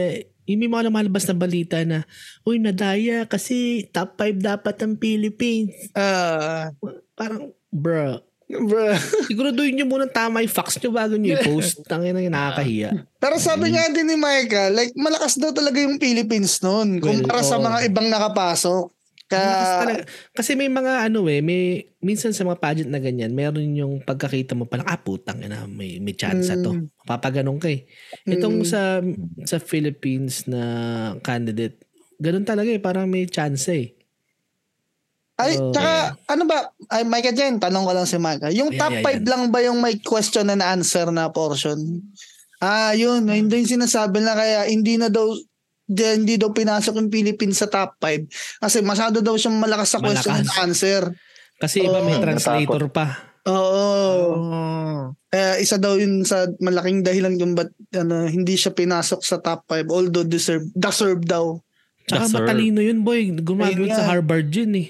Speaker 2: yung may mga lumalabas na balita na, uy, nadaya kasi top 5 dapat ang Philippines.
Speaker 3: Ah,
Speaker 2: Parang, bro,
Speaker 3: bruh.
Speaker 2: siguraduhin nyo muna tama yung facts nyo bago nyo i-post. Tangin na nakakahiya.
Speaker 3: Pero sabi nga din ni Michael, like malakas daw talaga yung Philippines noon kumpara
Speaker 2: Well,
Speaker 3: sa
Speaker 2: oo.
Speaker 3: mga ibang nakapasok.
Speaker 2: Malakas
Speaker 3: Kaya
Speaker 2: talaga. Kasi may mga ano eh, may, minsan sa mga pageant na ganyan, meron yung pagkakita mo parang, ah putang ina, may, may chance to.
Speaker 3: Mm.
Speaker 2: Mapapaganong ka eh. Itong
Speaker 3: Mm.
Speaker 2: sa, sa Philippines na candidate, ganun talaga eh, parang may chance eh.
Speaker 3: ay
Speaker 2: Oo.
Speaker 3: tsaka ano ba, ay Michael Jen, tanong ko lang si Michael. Yung
Speaker 2: Ayan,
Speaker 3: top
Speaker 2: ayan,
Speaker 3: 5
Speaker 2: ayan.
Speaker 3: lang ba yung may question and answer na portion? Ah, yun, hindi yung sinasabi na kaya hindi na daw di- hindi daw pinasok yung Philippines sa top 5 kasi masyado daw siyang malakas sa question and
Speaker 2: Malakas.
Speaker 3: answer.
Speaker 2: Kasi iba may
Speaker 3: Oo.
Speaker 2: translator pa.
Speaker 3: Oo.
Speaker 4: Oh.
Speaker 3: Kaya isa daw yun sa malaking dahilan kung ba't ano, hindi siya pinasok sa top 5 although deserve deserve daw.
Speaker 1: Yes,
Speaker 2: Tsaka
Speaker 1: sir.
Speaker 2: matalino yun boy. Gumagawin
Speaker 3: Ayun
Speaker 2: sa
Speaker 3: nga.
Speaker 2: Harvard yun eh.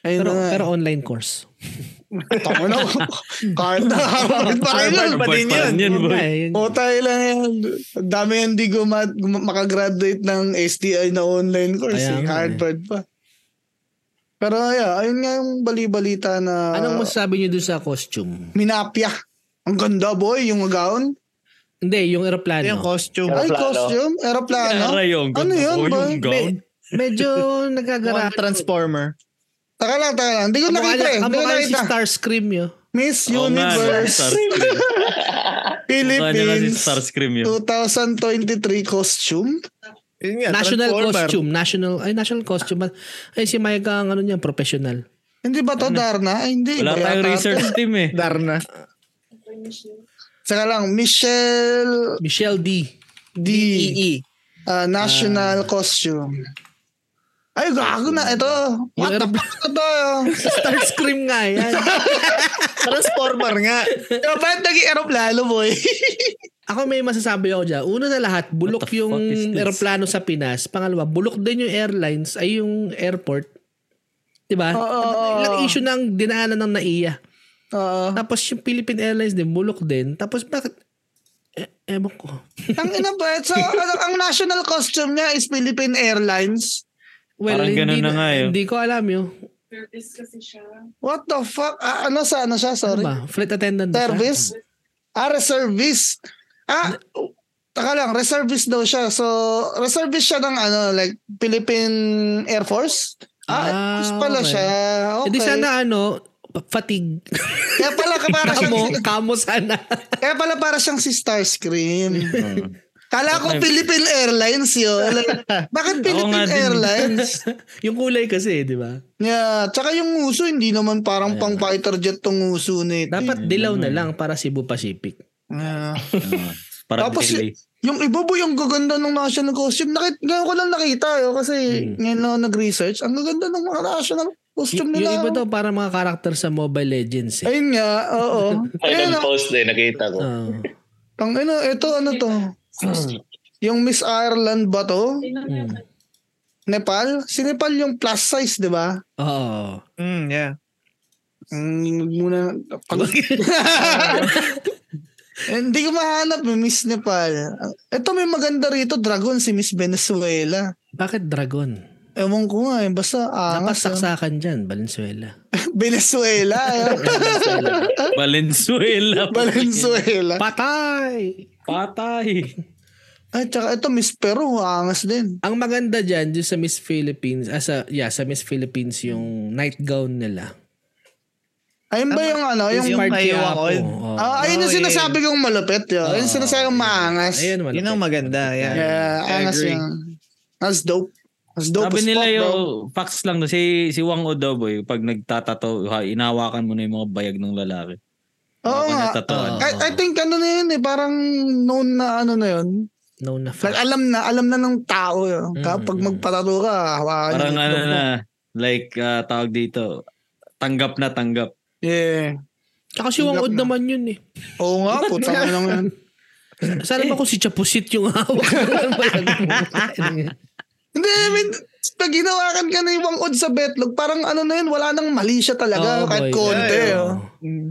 Speaker 3: Ayun
Speaker 2: Pero,
Speaker 3: na nga.
Speaker 2: pero online course.
Speaker 3: Tama na. Kahit na Harvard pa Ano yun.
Speaker 4: pa din
Speaker 1: Harvard
Speaker 4: yun.
Speaker 1: boy.
Speaker 2: Ay,
Speaker 3: O tayo lang yan. Ang Dami yan di guma- gum- makagraduate ng STI na online course.
Speaker 2: Kaya
Speaker 3: Eh.
Speaker 2: nga eh.
Speaker 3: Harvard pa. Pero yeah, ayun nga yung bali-balita na
Speaker 2: Anong masasabi nyo dun sa costume?
Speaker 3: minapya. Ang ganda boy, yung gown.
Speaker 2: Hindi, yung
Speaker 4: Ito yung
Speaker 2: aeroplano.
Speaker 4: costume.
Speaker 3: Ay,
Speaker 5: Aeroplano.
Speaker 3: costume, aeroplano.
Speaker 1: Aray, yung
Speaker 3: Ano
Speaker 1: ganda
Speaker 3: yun,
Speaker 1: ko,
Speaker 3: boy?
Speaker 1: yung gown.
Speaker 2: Medyo
Speaker 4: Mukhang
Speaker 2: nagagara.
Speaker 4: transformer.
Speaker 3: Taka lang, taka lang. Hindi ko
Speaker 2: Kamukha
Speaker 3: nakita
Speaker 2: niya,
Speaker 3: eh. Hindi ko
Speaker 2: kamukha niya si
Speaker 3: nakita.
Speaker 2: Starscream yun.
Speaker 3: Miss
Speaker 1: Oo Oh, nga, no?
Speaker 3: Universe
Speaker 1: Starscream. Mukha niya kasi
Speaker 3: Philippines
Speaker 1: Starscream yun.
Speaker 3: 2023 costume.
Speaker 4: Yun nga,
Speaker 2: National
Speaker 4: Transformer.
Speaker 2: costume. National, ay, national costume. Ay, si Micah, ang ano niyan, professional.
Speaker 3: Hindi ba
Speaker 2: Ano?
Speaker 3: to Darna? Ay, hindi.
Speaker 1: Wala
Speaker 3: Iba
Speaker 1: tayong
Speaker 3: yata
Speaker 1: research
Speaker 3: to.
Speaker 1: team eh.
Speaker 4: Darna.
Speaker 3: Saka lang, Michelle
Speaker 2: Michelle D. E.
Speaker 3: D.
Speaker 4: EE.
Speaker 3: ah, national costume. Ay, gago na. Ito. What the
Speaker 2: Yung-
Speaker 3: fuck na to?
Speaker 2: Starscream nga eh. yan.
Speaker 4: Transformer nga.
Speaker 3: Yo, ba't naging eroplano, boy?
Speaker 2: Ako may masasabi ako dyan. Una na lahat, bulok
Speaker 1: What the
Speaker 2: yung
Speaker 1: fuck is this?
Speaker 2: eroplano sa Pinas. Pangalawa, bulok din yung airlines ay yung airport. 'Di ba?
Speaker 3: Oo.
Speaker 2: Ilang issue ng dinaanan ng NAIA.
Speaker 3: Oo.
Speaker 2: Tapos yung Philippine Airlines din, bulok din. Tapos bakit? E- ewan ko.
Speaker 3: Ang ina ba? So, ano, ang national costume niya is Philippine Airlines.
Speaker 2: Well,
Speaker 1: Parang ganun
Speaker 2: hindi,
Speaker 1: na nga eh. yun.
Speaker 2: Hindi ko alam yun.
Speaker 6: Nervous kasi siya.
Speaker 3: What the fuck? Ah, ano sa ano siya?
Speaker 2: Ano
Speaker 3: Sorry.
Speaker 2: ba? Flight attendant ba siya?
Speaker 3: Service? Ah, reservist. Ah, taka lang, reservist daw siya. So, reservist siya ng ano, like, Philippine Air Force. Ah, Air
Speaker 2: Ah,
Speaker 3: Force pala
Speaker 2: okay.
Speaker 3: siya. Okay.
Speaker 2: Hindi sana ano, pa- fatigue.
Speaker 3: Kaya pala, para siyang,
Speaker 2: Kamo, kamo sana.
Speaker 3: kaya pala para siyang si Starscream.
Speaker 1: Oo.
Speaker 3: Kala ko
Speaker 1: Okay.
Speaker 3: Philippine Airlines yun. Like, bakit Philippine
Speaker 1: din.
Speaker 3: Airlines?
Speaker 2: yung kulay kasi, di ba?
Speaker 3: Yeah, tsaka yung uso, hindi naman parang pang fighter jet tong uso nito.
Speaker 2: Dapat dilaw na lang para Cebu Pacific.
Speaker 3: Yeah.
Speaker 1: Oo. Para
Speaker 3: Tapos
Speaker 1: delay.
Speaker 3: Yung iba boy, ang gaganda ng national costume. Nakit, ngayon ko lang nakita yo, kasi
Speaker 1: Hmm.
Speaker 3: ngayon lang ako nag-research. Ang gaganda ng mga national
Speaker 2: Y-
Speaker 3: costume
Speaker 2: yung
Speaker 3: nila.
Speaker 2: iba to para mga karakter sa Mobile Legends eh.
Speaker 3: Ayun nga, oo.
Speaker 5: Ay,
Speaker 3: Ayun na.
Speaker 5: nag-post eh, nakita ko.
Speaker 2: Oo.
Speaker 3: Tang ina, ito ano to?
Speaker 1: Hmm.
Speaker 3: Yung Miss Ireland ba to?
Speaker 6: Ayun lang
Speaker 2: Hmm.
Speaker 6: yata.
Speaker 3: Nepal? Si Nepal yung plus size, di ba?
Speaker 2: Oo.
Speaker 4: Mm, yeah.
Speaker 3: Mm, muna. Pag- Hindi ko mahanap yung Miss Nepal. Ito may maganda rito, Dragon, si Miss Venezuela.
Speaker 2: Bakit dragon?
Speaker 3: Ewan ko nga eh, basta
Speaker 2: Dapat
Speaker 3: angas. ah.
Speaker 2: saksakan dyan, Valenzuela.
Speaker 3: Venezuela. eh.
Speaker 1: Valenzuela.
Speaker 3: Valenzuela.
Speaker 2: Patay!
Speaker 1: Patay.
Speaker 3: Ay, tsaka ito, Miss Peru, angas din.
Speaker 2: Ang maganda dyan, dyan sa Miss Philippines, ah, sa, yeah, sa Miss Philippines, yung nightgown nila.
Speaker 3: Ayun ba yung ano, yung...
Speaker 4: Ah, Yung
Speaker 2: part
Speaker 4: may
Speaker 2: kaya
Speaker 4: wakol.
Speaker 2: po, oo.
Speaker 3: Ah, ayun yung
Speaker 4: Oh, yeah. Ah,
Speaker 3: sinasabi kong malupit. Yun. ayun yung sinasabi kong maangas.
Speaker 2: Ayun, malapit.
Speaker 4: Yun ang maganda. Yeah.
Speaker 3: Yeah,
Speaker 4: I
Speaker 3: angas
Speaker 4: agree.
Speaker 3: yun. That's dope. That's dope
Speaker 1: Sabi
Speaker 3: as
Speaker 1: nila
Speaker 3: fuck,
Speaker 1: yo,
Speaker 3: bro.
Speaker 1: facts lang no. Si si Wang Odoboy, pag nagtatato, ha, inawakan mo na yung mga bayag ng lalaki.
Speaker 3: Oo
Speaker 1: Ako
Speaker 3: nga.
Speaker 1: natatawa.
Speaker 2: Oo.
Speaker 3: I, I think ano na yun eh, parang known na ano na yun.
Speaker 2: No na
Speaker 3: Like,
Speaker 2: fact.
Speaker 3: alam na, alam na ng tao yun.
Speaker 2: Mm,
Speaker 3: Kapag
Speaker 2: mm,
Speaker 3: magpataro ka, hawakan
Speaker 1: Parang
Speaker 3: yung
Speaker 1: ano
Speaker 3: itlog mo.
Speaker 1: na, like ah, tawag dito, tanggap na tanggap.
Speaker 3: Yeah.
Speaker 2: Tsaka si Wang Od naman
Speaker 3: Tanggap
Speaker 2: yun eh.
Speaker 3: Oo nga, putang ina lang yun.
Speaker 2: Sana ba kung si Chapusit yung hawak ng bayag mo?
Speaker 3: Hindi, I mean, pag ginawakan ka na ibang odds sa betlog, parang ano na yun, wala nang mali siya talaga,
Speaker 2: Oo,
Speaker 3: kahit
Speaker 2: boy.
Speaker 3: konti.
Speaker 2: Yeah,
Speaker 3: oh.
Speaker 2: oo.
Speaker 4: Mm.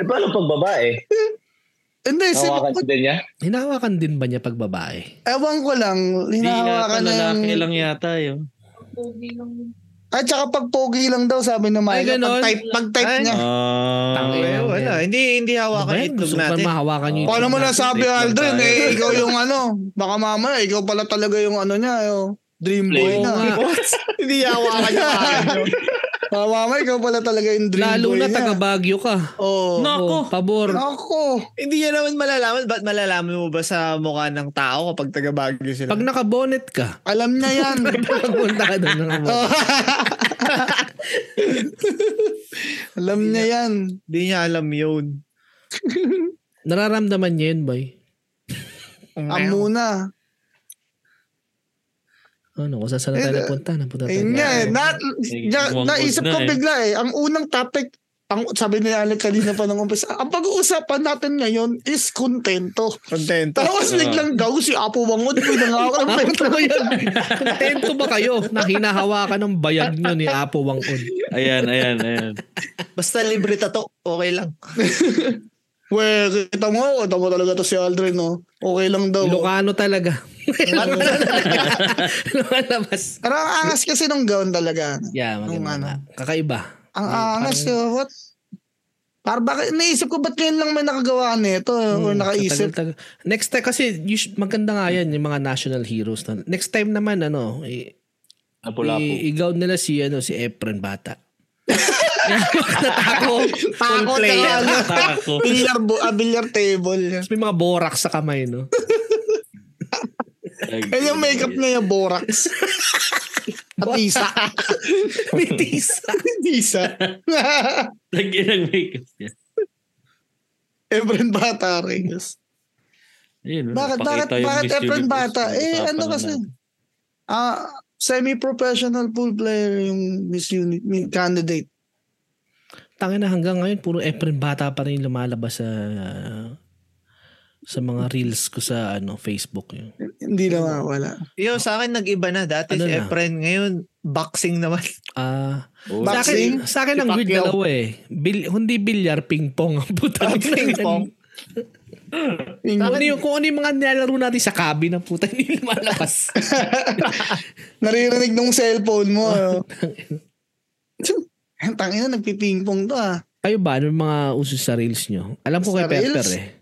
Speaker 5: Eh, paano pag babae?
Speaker 3: Hindi, si
Speaker 5: Hawakan ka din niya?
Speaker 2: Hinawakan din ba niya pag babae?
Speaker 3: ewan ko lang,
Speaker 1: Hindi
Speaker 3: hinahawakan
Speaker 1: yata
Speaker 3: na
Speaker 1: lalaki
Speaker 3: yung...
Speaker 1: lang yata yun.
Speaker 6: Pogi lang.
Speaker 3: At saka pag pogi lang daw, sabi ng
Speaker 2: Ay,
Speaker 3: Mike,
Speaker 2: ganon.
Speaker 3: pag type, pag type
Speaker 4: Ay.
Speaker 3: niya.
Speaker 1: Ah,
Speaker 4: Eh, wala. Hindi, hindi
Speaker 2: Ano ba
Speaker 4: hawakan
Speaker 2: yan?
Speaker 4: yung itlog
Speaker 2: Gusto ko pa
Speaker 4: natin.
Speaker 2: mahawakan yung
Speaker 1: Oo.
Speaker 3: Paano mo
Speaker 1: Natin,
Speaker 3: nasabi,
Speaker 1: type lang
Speaker 3: Aldrin,
Speaker 1: tayo.
Speaker 3: eh, ikaw yung ano, baka mamaya, ikaw pala talaga yung ano niya, yung dream boy
Speaker 2: Oo
Speaker 3: na.
Speaker 2: nga.
Speaker 4: hindi hawakan yung akin.
Speaker 3: Baka mamaya, ikaw pala talaga yung dream
Speaker 2: Lalo
Speaker 3: boy
Speaker 2: na
Speaker 3: niya.
Speaker 2: taga Baguio ka.
Speaker 3: Oo.
Speaker 1: No. Nako.
Speaker 2: Oh, pabor.
Speaker 3: Ako.
Speaker 4: Hindi yan naman malalaman. Ba't malalaman mo ba sa mukha ng tao kapag taga-Baguio sila?
Speaker 2: Pag nakabonet ka,
Speaker 3: Alam niya yan.
Speaker 2: pagpunta ka doon nakabonet.
Speaker 3: Alam niya yan.
Speaker 4: Hindi niya alam yun.
Speaker 2: Nararamdaman niya yun, boy.
Speaker 3: Amuna.
Speaker 2: Ano, kung saan na
Speaker 3: Eh,
Speaker 2: tayo napunta? Napunta tayo.
Speaker 3: Ayun nga eh. Na, na,
Speaker 1: Mukhang
Speaker 3: naisip
Speaker 1: good na
Speaker 3: ko
Speaker 1: eh.
Speaker 3: bigla eh. Ang unang topic, ang, sabi ni Alec kanina pa nung umpisa, ang pag-uusapan natin ngayon is kontento.
Speaker 1: Ah.
Speaker 4: Contento.
Speaker 3: Tapos biglang daw si Apo Wangod, pinangako ng
Speaker 2: Bakit
Speaker 3: pera.
Speaker 2: ba yun? Kontento ba kayo na hinahawakan ng bayag nyo ni Apo Wangon?
Speaker 1: Ayan, ayan, ayan.
Speaker 4: Basta libre tato. Okay lang.
Speaker 3: Well, kita mo, kita mo talaga to si Aldrin, no? Okay lang daw.
Speaker 2: Ilocano talaga. Ilocano talaga. Lumalabas.
Speaker 3: Pero ang angas kasi nung gown talaga.
Speaker 2: Yeah,
Speaker 3: Nung
Speaker 2: maganda
Speaker 3: ano.
Speaker 2: nga. Kakaiba.
Speaker 3: Ang angas, yo. What? Para bakit, naisip ko, ba't ngayon lang may nakagawa nito? eh, or nakaisip?
Speaker 2: Katagal-tagal. Next time, kasi you should- maganda nga yan yung mga national heroes. Na, next time naman, ano, eh,
Speaker 5: Lapu-lapu.
Speaker 2: I- igaw nila si, ano, si Efren Bata. Natako.
Speaker 3: Tako, tsaka ano,
Speaker 1: Tako.
Speaker 3: billiard, bo- ah, billiard table.
Speaker 2: Tapos may mga borak sa kamay, no?
Speaker 3: Ayun yung makeup na yung borax. At isa.
Speaker 2: may tisa.
Speaker 3: Isa.
Speaker 1: Nag-inang makeup niya.
Speaker 3: Efren Bata Reyes.
Speaker 1: Ayun,
Speaker 3: Bakit, bakit,
Speaker 1: napakita yung
Speaker 3: bakit
Speaker 1: Miss
Speaker 3: Efren
Speaker 1: Universe.
Speaker 3: Bata? Eh,
Speaker 1: Usapan
Speaker 3: ano
Speaker 1: na
Speaker 3: kasi?
Speaker 1: natin.
Speaker 3: Ah, semi-professional pool player yung Miss Unit candidate.
Speaker 2: Tanga na hanggang ngayon, puro Efren Bata pa rin yung lumalabas sa sa mga reels ko sa ano Facebook yun.
Speaker 3: Hindi na mawala.
Speaker 4: Yo, sa akin nag-iba na. Dati
Speaker 2: Ano
Speaker 4: si
Speaker 2: na?
Speaker 4: Efren, ngayon boxing naman.
Speaker 2: Ah,
Speaker 1: Oh,
Speaker 2: sa
Speaker 3: Boxing?
Speaker 2: akin, sa akin ang
Speaker 4: Si
Speaker 2: weird
Speaker 4: Pacquiao.
Speaker 2: dalawa eh. Ah, Bil, hindi bilyar, ping pong ang puta.
Speaker 4: ping pong.
Speaker 2: Kung ano yung, kung ano yung mga nilalaro natin sa cabin ng puta, hindi lumalabas.
Speaker 3: Naririnig nung cellphone mo. Oh. Ang tangina, nagpipingpong to ah.
Speaker 2: Kayo ba? Ano yung mga uso sa reels nyo? Alam ko kay
Speaker 3: Sa reels?
Speaker 2: Perper eh.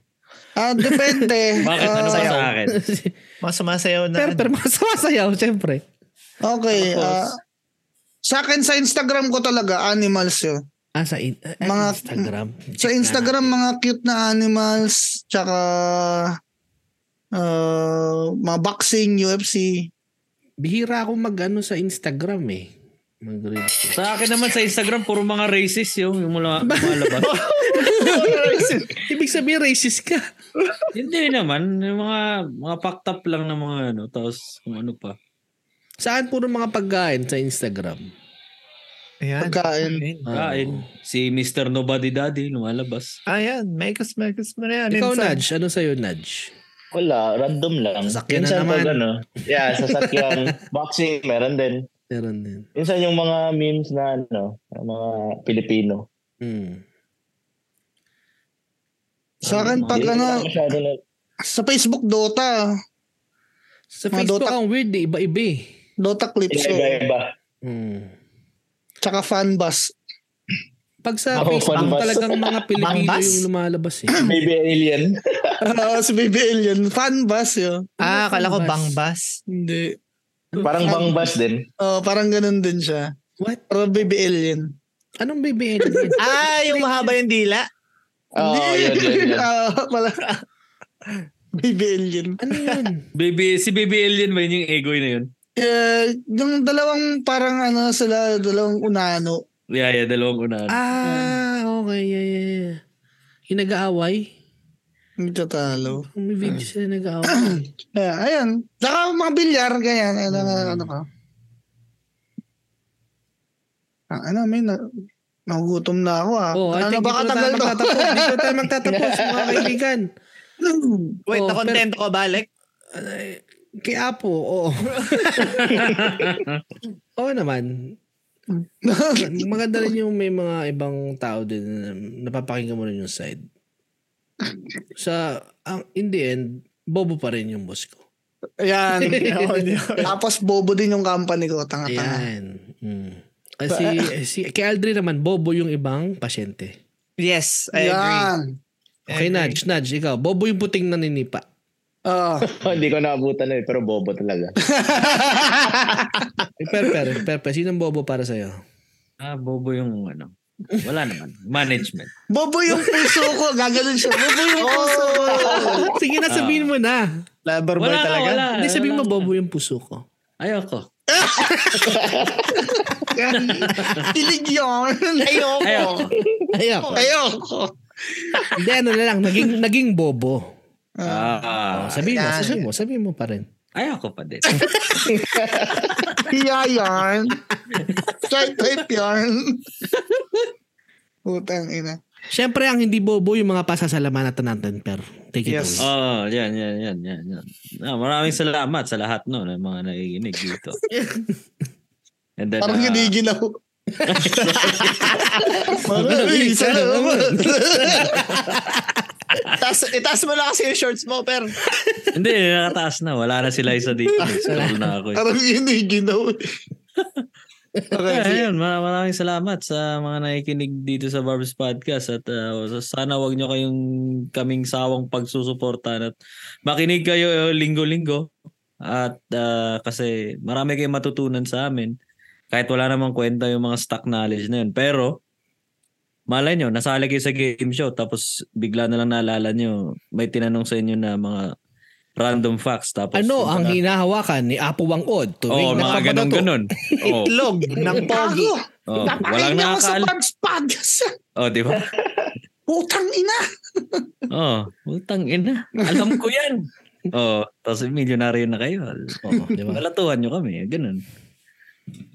Speaker 3: Ah, depende.
Speaker 1: Bakit? Ano ba
Speaker 3: Ah,
Speaker 1: sa akin?
Speaker 4: Masamasayaw na.
Speaker 2: Perper, mga sumasayaw, syempre.
Speaker 3: Okay.
Speaker 4: Tapos?
Speaker 3: ah, sa akin, sa Instagram ko talaga, animals yun.
Speaker 2: Ah, sa in- ah,
Speaker 3: Mga-
Speaker 2: Instagram.
Speaker 3: Sa Instagram, mga cute na animals, tsaka ah, mga boxing, UFC.
Speaker 2: Bihira ako mag ano, sa Instagram eh. mag reels
Speaker 1: Sa akin naman sa Instagram, puro mga racist yung, yung mula, lumalabas.
Speaker 2: Ibig sabihin, racist ka.
Speaker 1: Hindi naman. Yung mga, mga packed up lang na mga ano. Tapos kung ano pa.
Speaker 2: Saan puro mga pagkain sa Instagram? Ah,
Speaker 4: Ayan.
Speaker 3: Pagkain.
Speaker 1: Kain. Si Mr. Nobody Daddy lumalabas.
Speaker 4: Ayan. Megas, megas mo na yan.
Speaker 2: Ikaw,
Speaker 4: Insan.
Speaker 2: Nudge. Ano sa'yo, Nudge?
Speaker 5: Wala, random lang.
Speaker 2: Sasakyan na
Speaker 5: Minsan
Speaker 2: naman.
Speaker 5: Pag, ano, yeah, sasakyan. boxing, meron din.
Speaker 2: Meron din.
Speaker 5: Minsan yung mga memes na ano, ng mga Pilipino.
Speaker 2: Hmm.
Speaker 3: Sa akin, pag
Speaker 5: Hindi
Speaker 3: ano,
Speaker 5: ko masyado na,
Speaker 3: sa Facebook, Dota.
Speaker 2: Sa
Speaker 3: Mga
Speaker 2: Facebook,
Speaker 3: Dota-
Speaker 2: ang weird eh. Iba-iba eh.
Speaker 3: Dota clips. oh.
Speaker 5: iba-iba.
Speaker 2: Hmm.
Speaker 3: Tsaka fanbus.
Speaker 2: Pag sa
Speaker 5: Ako,
Speaker 2: Facebook,
Speaker 5: panbas.
Speaker 2: talagang mga Pilipino
Speaker 4: Pangbas?
Speaker 2: yung lumalabas eh.
Speaker 5: Maybe alien.
Speaker 3: Ah, si BBL yun. Fanbus yun.
Speaker 2: Ano
Speaker 4: Ah, kala ko
Speaker 2: bang
Speaker 4: bangbas.
Speaker 3: Hindi.
Speaker 5: Parang bangbas din.
Speaker 3: Oh, parang ganun din siya.
Speaker 2: What?
Speaker 3: Pero BBL yun.
Speaker 2: Anong BBL yun?
Speaker 4: Ah, yung mahaba yung dila.
Speaker 5: Oo, oh, yun, yun, yun.
Speaker 3: Ah, pala. BBL yun.
Speaker 2: Ano yun?
Speaker 1: Baby, si Baby Alien ba yun yung egoy na yun?
Speaker 3: Eh, yung dalawang parang ano sila, dalawang unano.
Speaker 1: Yeah, yeah. Dalawang unahan.
Speaker 2: ah, okay. Yeah, yeah, yeah. Yung nag-aaway?
Speaker 3: Nagtatalo.
Speaker 2: May video sila nag-aaway.
Speaker 3: Ayan, ayan. Saka mga bilyar, ganyan. Ano, ano, ano ka. Ah, ano, may na, nagugutom na ako ah.
Speaker 2: oh, I
Speaker 3: ano
Speaker 2: think
Speaker 3: ba
Speaker 2: dito na tayo
Speaker 3: katagal to?
Speaker 2: magtatapos. Dito tayo magtatapos, mga kaibigan.
Speaker 4: Wait,
Speaker 2: Oh,
Speaker 4: nakontento ka balik?
Speaker 2: Kay Apo, oo. oo naman. Maganda rin yung may mga ibang tao din na napapakinggan mo rin yung side. Sa, ang, in the end, bobo pa rin yung boss ko.
Speaker 3: ayan.
Speaker 4: Ayun.
Speaker 3: Tapos bobo din yung company ko.
Speaker 4: Ah.
Speaker 3: Tanga-tanga.
Speaker 2: Ayan. Mm. Kasi, eh, si, kay Aldrin naman, bobo yung ibang pasyente.
Speaker 4: yes, Eh, I agree.
Speaker 3: Ayan.
Speaker 2: Okay,
Speaker 4: na.
Speaker 2: Nudge, Nudge, ikaw. Bobo yung puting naninipa.
Speaker 3: Oh.
Speaker 5: Oh, Hindi ko naabutan na eh, pero bobo talaga.
Speaker 2: Eh, Per, per, per, per. Sinong bobo para sa'yo?
Speaker 1: Ah, bobo yung ano. Wala naman. Management.
Speaker 3: Bobo yung puso ko. Gaganon siya. Bobo yung puso ko.
Speaker 2: Sige na, sabihin mo na.
Speaker 4: Lover boy
Speaker 1: Wala na,
Speaker 4: talaga.
Speaker 1: wala.
Speaker 2: Hindi, sabihin mo,
Speaker 1: wala.
Speaker 2: bobo yung puso ko.
Speaker 1: Ayoko.
Speaker 3: Tilig yun. Ayoko.
Speaker 1: Ayoko.
Speaker 2: Ayoko.
Speaker 3: Ayoko.
Speaker 2: Hindi, ano na lang, naging, naging bobo. Oh,
Speaker 1: Ah,
Speaker 2: Sabihin mo,
Speaker 4: Yan.
Speaker 2: sabihin mo, sabihin mo pa rin.
Speaker 1: ayoko pa din.
Speaker 3: Hiya yun. Straight trip yun. Putang ina.
Speaker 2: Siyempre, ang hindi bobo yung mga pasasalamatan natin, per. Take it
Speaker 3: Yes.
Speaker 2: away.
Speaker 1: Oh, yan, yan, yan, yan, yan. Ah, maraming salamat sa lahat no, ng mga nakikinig dito. And then,
Speaker 3: Parang
Speaker 1: ah,
Speaker 3: ginigil ako.
Speaker 2: eh,
Speaker 3: Maraming salamat.
Speaker 4: Itaas, itaas mo na kasi yung shorts mo, per.
Speaker 1: hindi, nakataas na. Wala na sila isa dito. Nag-scroll na ako. eh.
Speaker 3: Parang ginigil ako. Okay, sige.
Speaker 1: Ayun, mar- maraming salamat sa mga nakikinig dito sa Barb's Podcast at ah, sana wag nyo kayong kaming sawang pagsusuportan at makinig kayo eh, linggo-linggo At ah, kasi marami kayong matutunan sa amin. Kahit wala namang kwenta yung mga stock knowledge na yun. Pero, malay nyo, nasali kayo sa game show tapos bigla na lang naalala nyo, may tinanong sa inyo na mga random facts. Tapos,
Speaker 2: Ano
Speaker 1: yung
Speaker 2: ang
Speaker 1: mga-
Speaker 2: hinahawakan ni Apo Wangod
Speaker 1: Oo,
Speaker 2: tuwing
Speaker 1: Oh, mga
Speaker 2: nagpapadato?
Speaker 1: ganon-ganon. Oo,
Speaker 4: Itlog ng pogi.
Speaker 3: Gago!
Speaker 1: oo. Oh,
Speaker 3: Napakinggan
Speaker 1: Walang
Speaker 3: ko sa
Speaker 1: nakakal.
Speaker 3: Pabs Podcast.
Speaker 1: Oh, di ba?
Speaker 3: Putang ina!
Speaker 1: Oh, utang ina. Alam ko 'yan. Oh, tapos milyonaryo na kayo. Oh, di ba? Balatuhan niyo kami, ganun.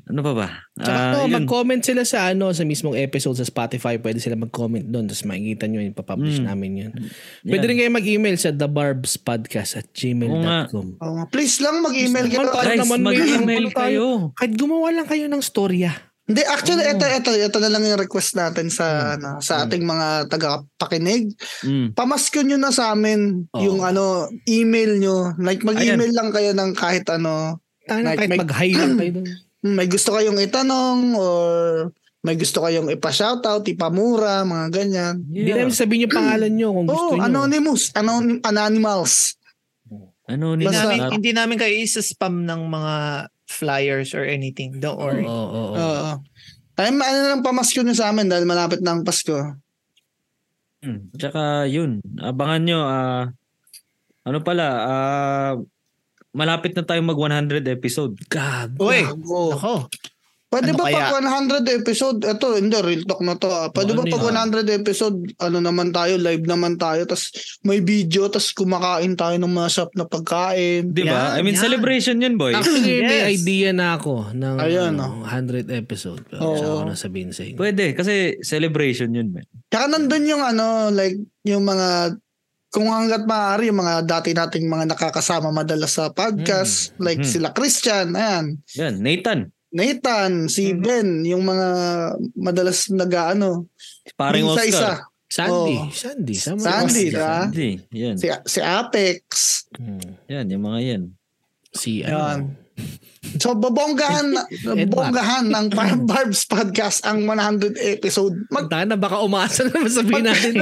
Speaker 1: Ano pa ba?
Speaker 2: Tsaka oh,
Speaker 1: Ah,
Speaker 2: to,
Speaker 1: yun.
Speaker 2: mag-comment sila sa ano sa mismong episode sa Spotify. Pwede sila mag-comment doon. Tapos makikita nyo yun. Papublish
Speaker 1: Mm.
Speaker 2: namin yun.
Speaker 1: Yan.
Speaker 2: Pwede rin kayo mag-email sa thebarbspodcast at gmail.com.
Speaker 3: Oo nga, please lang mag-email kayo.
Speaker 2: Naman tayo.
Speaker 1: Guys,
Speaker 2: naman may-
Speaker 1: mag-email
Speaker 2: ano tayo?
Speaker 1: kayo.
Speaker 2: Kahit gumawa lang kayo ng ah. storya.
Speaker 3: Hindi,
Speaker 1: Mm.
Speaker 3: actually, ito, ito, ito na lang yung request natin sa ano, sa ating mga tagapakinig.
Speaker 1: Mm.
Speaker 3: Pamaskyo nyo na sa amin
Speaker 1: Oh.
Speaker 2: Oo.
Speaker 3: yung ano, email nyo. Like, mag-email lang kayo ng kahit ano.
Speaker 2: Tanga na
Speaker 3: Like,
Speaker 2: kahit
Speaker 3: may-
Speaker 2: mag-high lang kayo doon.
Speaker 3: Hmm, May gusto kayong itanong or may gusto kayong ipa-shoutout, ipamura, mga ganyan.
Speaker 2: Hindi
Speaker 1: Yeah.
Speaker 2: namin sabihin yung pangalan nyo kung gusto
Speaker 3: Oo, oh,
Speaker 2: nyo.
Speaker 3: anonymous. Anonym, anonymals.
Speaker 1: Ano nila?
Speaker 4: Hindi
Speaker 3: Basta-
Speaker 4: namin, hindi namin kayo isa-spam ng mga flyers or anything.
Speaker 2: Oo,
Speaker 4: Don't worry.
Speaker 2: oo, oo.
Speaker 3: Oo. Oh. Ay, ma- ano lang pamaskyo nyo sa amin dahil malapit na ang Pasko.
Speaker 1: Mm. Tsaka yun, abangan nyo. ah, ano pala, ah, malapit na tayong mag 100 episode.
Speaker 2: Gag.
Speaker 4: Uy,
Speaker 3: Gago.
Speaker 4: ako.
Speaker 3: Pwede ba
Speaker 4: Ano kaya?
Speaker 3: pag 100 episode, eto, hindi, real talk na to. ah. Pwede
Speaker 1: Ano
Speaker 3: ba pag
Speaker 1: yun?
Speaker 3: 100 episode, ano naman tayo, live naman tayo, tas may video, tas kumakain tayo ng masarap na pagkain.
Speaker 1: Di ba? I
Speaker 4: Yan,
Speaker 1: mean,
Speaker 4: yan.
Speaker 1: celebration yun, boy.
Speaker 2: Actually, may
Speaker 4: Yes.
Speaker 2: idea na ako ng
Speaker 3: Ayan,
Speaker 2: ano, 100 episode. Pero
Speaker 3: oh. Oo.
Speaker 2: saka ko na sabihin sa inyo.
Speaker 1: Pwede, kasi celebration yun, man.
Speaker 3: Tsaka nandun yung ano, like, yung mga, kung hanggat maaari, yung mga dati nating mga nakakasama madalas sa podcast,
Speaker 1: Mm.
Speaker 3: like
Speaker 1: Mm.
Speaker 3: sila Christian, ayan,
Speaker 1: Yan, Nathan.
Speaker 3: Nathan, si Ben, yung mga madalas nag-ano,
Speaker 1: Paring Oscar.
Speaker 3: isa-isa.
Speaker 2: Sandy.
Speaker 3: Oo.
Speaker 2: Sandy. sama na
Speaker 3: Sandy,
Speaker 2: si
Speaker 3: diba?
Speaker 1: Hindi, yan.
Speaker 3: Si, si Apex,
Speaker 2: Hmm.
Speaker 1: Yan, yung mga yan.
Speaker 2: Si
Speaker 3: Yan.
Speaker 2: ano.
Speaker 3: So, babonggahan,
Speaker 2: Edward.
Speaker 3: babonggahan ng Bar- Barb's Podcast ang 100 episode. Mag-
Speaker 2: Tayo na baka umaasa na naman sabihin natin.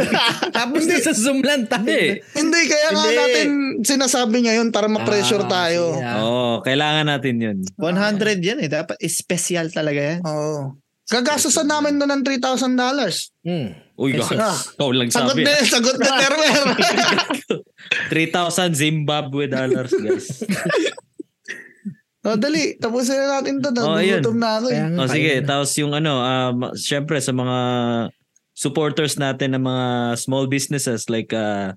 Speaker 2: Tapos na sa Zoom lang tayo.
Speaker 1: Hindi.
Speaker 3: hindi, kaya nga
Speaker 4: Hindi.
Speaker 3: natin sinasabi ngayon para ma-pressure
Speaker 2: Ah,
Speaker 3: tayo.
Speaker 2: siya.
Speaker 1: Oo, kailangan natin yun.
Speaker 4: 100 yan eh. Dapat special talaga yan.
Speaker 3: Oo. Gagastosan namin doon ng $3,000.
Speaker 2: Hmm.
Speaker 1: Uy,
Speaker 4: Yes,
Speaker 1: yes,
Speaker 3: ah.
Speaker 1: ikaw lang
Speaker 3: Sagot
Speaker 1: sabi.
Speaker 3: na, eh. sagot na, Termer.
Speaker 1: 3,000 Zimbabwe dollars, guys.
Speaker 3: o, dali. Tapusin na natin to.
Speaker 1: Oo, ayun.
Speaker 3: Nagutom na ako. eh.
Speaker 2: Kaya
Speaker 1: o
Speaker 2: nga, tayo
Speaker 1: Oh, sige,
Speaker 2: na.
Speaker 1: tapos yung ano, um, syempre sa mga supporters natin ng mga small businesses like uh,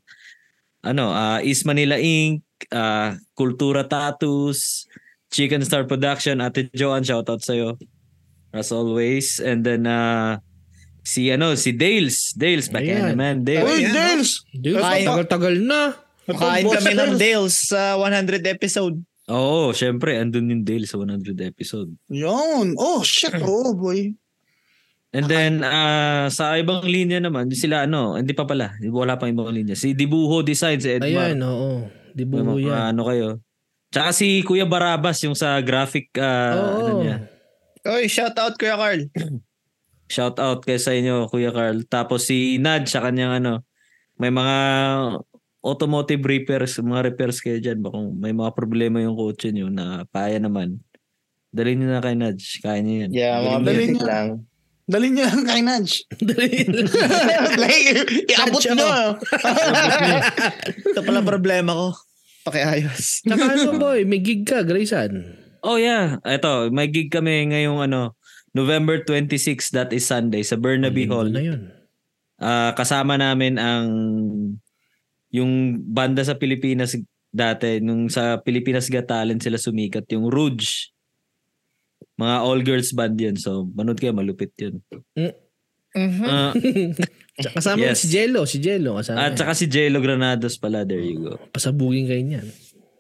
Speaker 1: ano, uh, East Manila Inc., uh, Kultura Tattoos, Chicken Star Production, Ate Joan, shoutout sa'yo. As always. And then, uh, si ano, si Dales. Dales, back na
Speaker 2: Ayan.
Speaker 1: naman. Dales.
Speaker 3: Uy,
Speaker 4: Ayan, no?
Speaker 3: Dales!
Speaker 2: Dude,
Speaker 4: Kaya-
Speaker 2: tagal-tagal na.
Speaker 4: Kain
Speaker 3: boss
Speaker 4: kami ng
Speaker 3: Dales.
Speaker 4: Dales sa 100 episode.
Speaker 1: Oo, syempre, andun yung Dale sa 100 episode.
Speaker 3: Yun. Oh, shit. Oh, boy.
Speaker 1: And then, ah, sa ibang linya naman, sila ano, hindi pa pala, wala pang ibang linya. Si Dibuho Designs, si
Speaker 2: Ayan,
Speaker 1: Edmar.
Speaker 2: oo. Di
Speaker 1: Mga-
Speaker 2: buo
Speaker 1: mga
Speaker 2: yan.
Speaker 1: ano kayo. Tsaka si Kuya Barabas, yung sa graphic, ah, ano
Speaker 2: Oo.
Speaker 1: niya.
Speaker 4: Uy, shout out Kuya Carl.
Speaker 1: Shout out kay sa inyo, Kuya Carl. Tapos si Nad, sa kanyang ano, may mga automotive repairs, mga repairs kayo dyan. Ba kung may mga problema yung kotse nyo na kaya naman, dalhin nyo na kay Nad. Kaya niya yan.
Speaker 5: Yeah, mga
Speaker 1: Dalhin niyo.
Speaker 5: basic
Speaker 3: niya.
Speaker 5: lang.
Speaker 3: Dali niyo lang kay Nudge. like,
Speaker 4: Eh,
Speaker 3: iabot
Speaker 2: Nudge
Speaker 3: nyo.
Speaker 4: Ito pala problema ko. Pakiayos.
Speaker 2: Tsaka ano boy, may gig ka, Grayson.
Speaker 1: Oh yeah, ito, may gig kami ngayong ano, November 26, that is Sunday sa Burnaby
Speaker 2: Linggo
Speaker 1: Hall.
Speaker 2: Na yun.
Speaker 1: Ah, kasama namin ang yung banda sa Pilipinas dati nung sa Pilipinas Got Talent sila sumikat yung Rouge. Mga all girls band 'yun. So, manood kayo malupit 'yun.
Speaker 3: Mm-hmm.
Speaker 1: Ah,
Speaker 2: Tsaka Kasama
Speaker 1: Yes.
Speaker 2: si Jello, si Jello. Kasama.
Speaker 1: at
Speaker 2: yan.
Speaker 1: saka si Jello Granados pala, there you go.
Speaker 2: Pasabugin kayo niyan.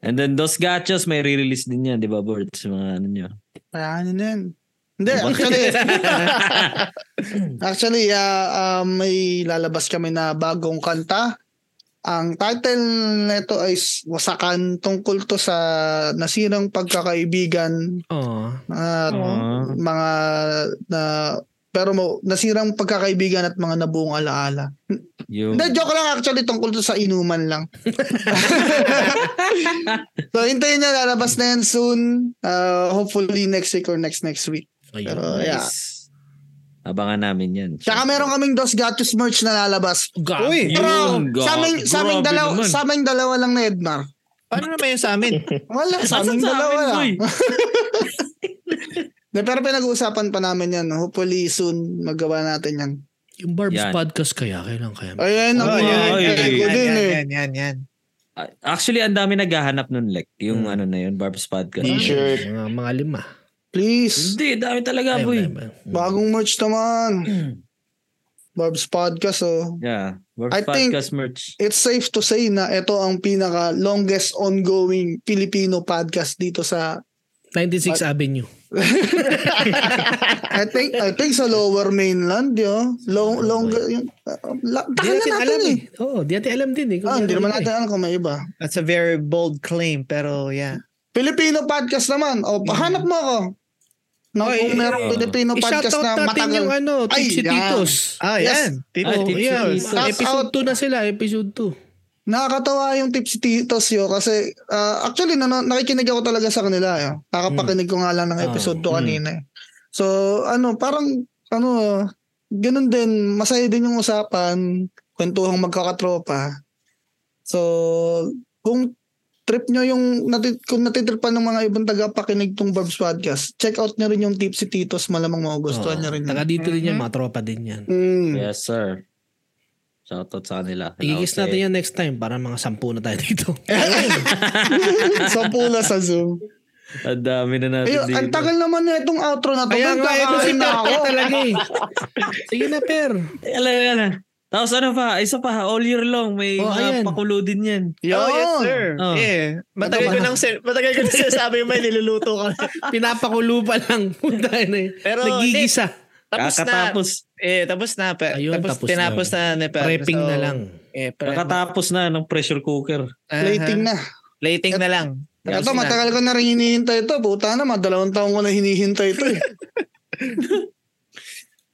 Speaker 1: And then Dos Gachos may re-release din 'yan, 'di ba, board sa mga ano nyo.
Speaker 3: Kayaan nyo na yun. Hindi, actually, actually, ah, ah, may lalabas kami na bagong kanta. Ang title nito ay Wasakan tungkol to sa
Speaker 1: Oh.
Speaker 3: nasirang pagkakaibigan
Speaker 1: Mm.
Speaker 2: Oo.
Speaker 3: ah,
Speaker 1: Ah.
Speaker 3: mga na Pero mo, nasirang pagkakaibigan at mga nabuong alaala.
Speaker 1: Yung,
Speaker 3: Hindi, joke lang actually tungkol to sa inuman lang. so, hintayin niya, lalabas na yan soon. Uh, hopefully next week or next next week.
Speaker 2: Ayun.
Speaker 3: Pero, yeah.
Speaker 1: abangan namin yan.
Speaker 3: Tsaka meron kaming Dos Gatos merch na lalabas.
Speaker 2: Gago.
Speaker 4: Uy!
Speaker 3: Pero,
Speaker 1: Yun,
Speaker 3: sa
Speaker 1: gago.
Speaker 3: aming, sa aming
Speaker 1: Grabe
Speaker 3: dalawa,
Speaker 1: naman.
Speaker 3: sa aming dalawa lang na Edmar.
Speaker 4: Paano naman yung sa amin?
Speaker 3: Wala, sa
Speaker 1: Asan
Speaker 3: aming
Speaker 1: sa
Speaker 3: dalawa
Speaker 1: amin,
Speaker 3: lang.
Speaker 1: boy?
Speaker 3: De, pero pinag-uusapan pa namin yan. Hopefully soon magawa natin yan.
Speaker 2: Yung Barb's
Speaker 1: Yan.
Speaker 2: podcast kaya, kailan kaya?
Speaker 3: Ayan,
Speaker 4: Oh,
Speaker 3: ako.
Speaker 1: yan,
Speaker 3: Ayan,
Speaker 1: yan,
Speaker 3: ayan, ko
Speaker 4: yan,
Speaker 3: din eh.
Speaker 4: yan, yan, yan.
Speaker 1: Ah, Actually, ang dami naghahanap nun, Lek. Yung ano na yun, Barb's Podcast.
Speaker 5: T-shirt.
Speaker 2: Mga, mga lima.
Speaker 3: Please.
Speaker 1: Hindi, dami talaga,
Speaker 2: Ayun,
Speaker 1: boy.
Speaker 2: ayun, ayun.
Speaker 3: Bagong merch naman. Barb's Podcast, oh.
Speaker 1: Yeah. Barb's
Speaker 3: I think-
Speaker 1: Podcast merch.
Speaker 3: It's safe to say na ito ang pinaka longest ongoing Filipino podcast dito sa
Speaker 2: 96 Avenue.
Speaker 3: I think I think sa Lower Mainland, yo. Long long yung uh, la-
Speaker 2: Di
Speaker 3: tahanan natin, eh.
Speaker 2: Oo, di natin alam din eh. kung
Speaker 3: Ah, hindi
Speaker 2: meron
Speaker 3: naman
Speaker 2: ba
Speaker 3: natin
Speaker 2: eh.
Speaker 3: alam kung may iba.
Speaker 4: That's a very bold claim, pero yeah.
Speaker 3: Filipino podcast naman. O, hanap mo ako. Na,
Speaker 2: Ay,
Speaker 3: kung merong
Speaker 1: eh,
Speaker 3: Filipino podcast
Speaker 2: I-shoutout
Speaker 3: na
Speaker 2: natin
Speaker 3: matagal.
Speaker 2: yung ano,
Speaker 3: Ay,
Speaker 2: Tipsy
Speaker 3: yan.
Speaker 2: Titos.
Speaker 4: Ah,
Speaker 3: Yes.
Speaker 4: yan. People,
Speaker 1: Ah, tipsy
Speaker 4: yeah.
Speaker 1: titos.
Speaker 3: Shout
Speaker 2: episode
Speaker 3: out.
Speaker 2: 2 na sila, episode 2.
Speaker 3: Nakakatawa yung tips si Titos yo kasi ah, actually na, nakikinig ako talaga sa kanila yo. Nakapakinig ko nga lang ng episode 2 kanina. eh. So ano parang ano ganun din masaya din yung usapan kwentuhang magkakatropa. So kung trip nyo yung nati, kung natitripan ng mga ibang tagapakinig tong Barb's Podcast, check out nyo rin yung tips si Titos malamang magugustuhan nyo rin. yun.
Speaker 2: Taka dito rin yan, mga tropa din yan.
Speaker 3: Mm.
Speaker 1: Yes, sir. Shoutout sa kanila.
Speaker 2: Igigis natin yan next time para mga sampu na tayo dito.
Speaker 3: sa pula sa Zoom.
Speaker 1: Ang dami na natin
Speaker 3: Ayun,
Speaker 1: dito.
Speaker 3: ang tagal naman na itong outro na to.
Speaker 2: Kaya
Speaker 3: May
Speaker 2: nga, ito si
Speaker 3: kakain na ako.
Speaker 2: Papa talaga eh. Sige na, Per.
Speaker 1: Alam, alam. Tapos ano pa, isa pa, all year long, may
Speaker 2: Oh,
Speaker 1: mga
Speaker 2: ayan.
Speaker 1: pakulo din yan.
Speaker 3: Yun.
Speaker 4: Oh, yes, sir.
Speaker 1: Oh.
Speaker 4: Yeah. Matagal ko nang sin- matagal ko nang sinasabi yung may niluluto ka.
Speaker 2: Pinapakulo pa lang. Punta na eh.
Speaker 4: Pero,
Speaker 2: Nagigisa.
Speaker 4: Tapos na.
Speaker 1: kakatapos.
Speaker 4: Eh, tapos na. Pa,
Speaker 2: Ayun,
Speaker 4: tapos,
Speaker 2: tapos
Speaker 4: tinapos na. ni Pedro.
Speaker 2: Prepping
Speaker 4: So,
Speaker 2: na lang.
Speaker 4: Eh, prep.
Speaker 1: Kakatapos na ng pressure cooker.
Speaker 4: Aha.
Speaker 3: Plating na.
Speaker 4: Plating na lang.
Speaker 3: Ito,
Speaker 4: Tapos na.
Speaker 3: matagal ko na rin hinihintay ito. Puta na, dalawang taong ko na hinihintay ito. eh.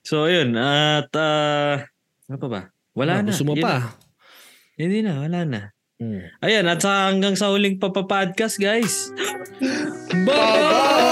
Speaker 1: So, ayun. At, ah, ano pa ba? Wala
Speaker 2: Ano,
Speaker 1: na.
Speaker 2: Gusto mo
Speaker 1: Yun na.
Speaker 2: pa?
Speaker 1: Hindi na, wala na.
Speaker 2: Hmm.
Speaker 1: Ayan, at sa hanggang sa huling papapodcast, guys.
Speaker 2: Bye!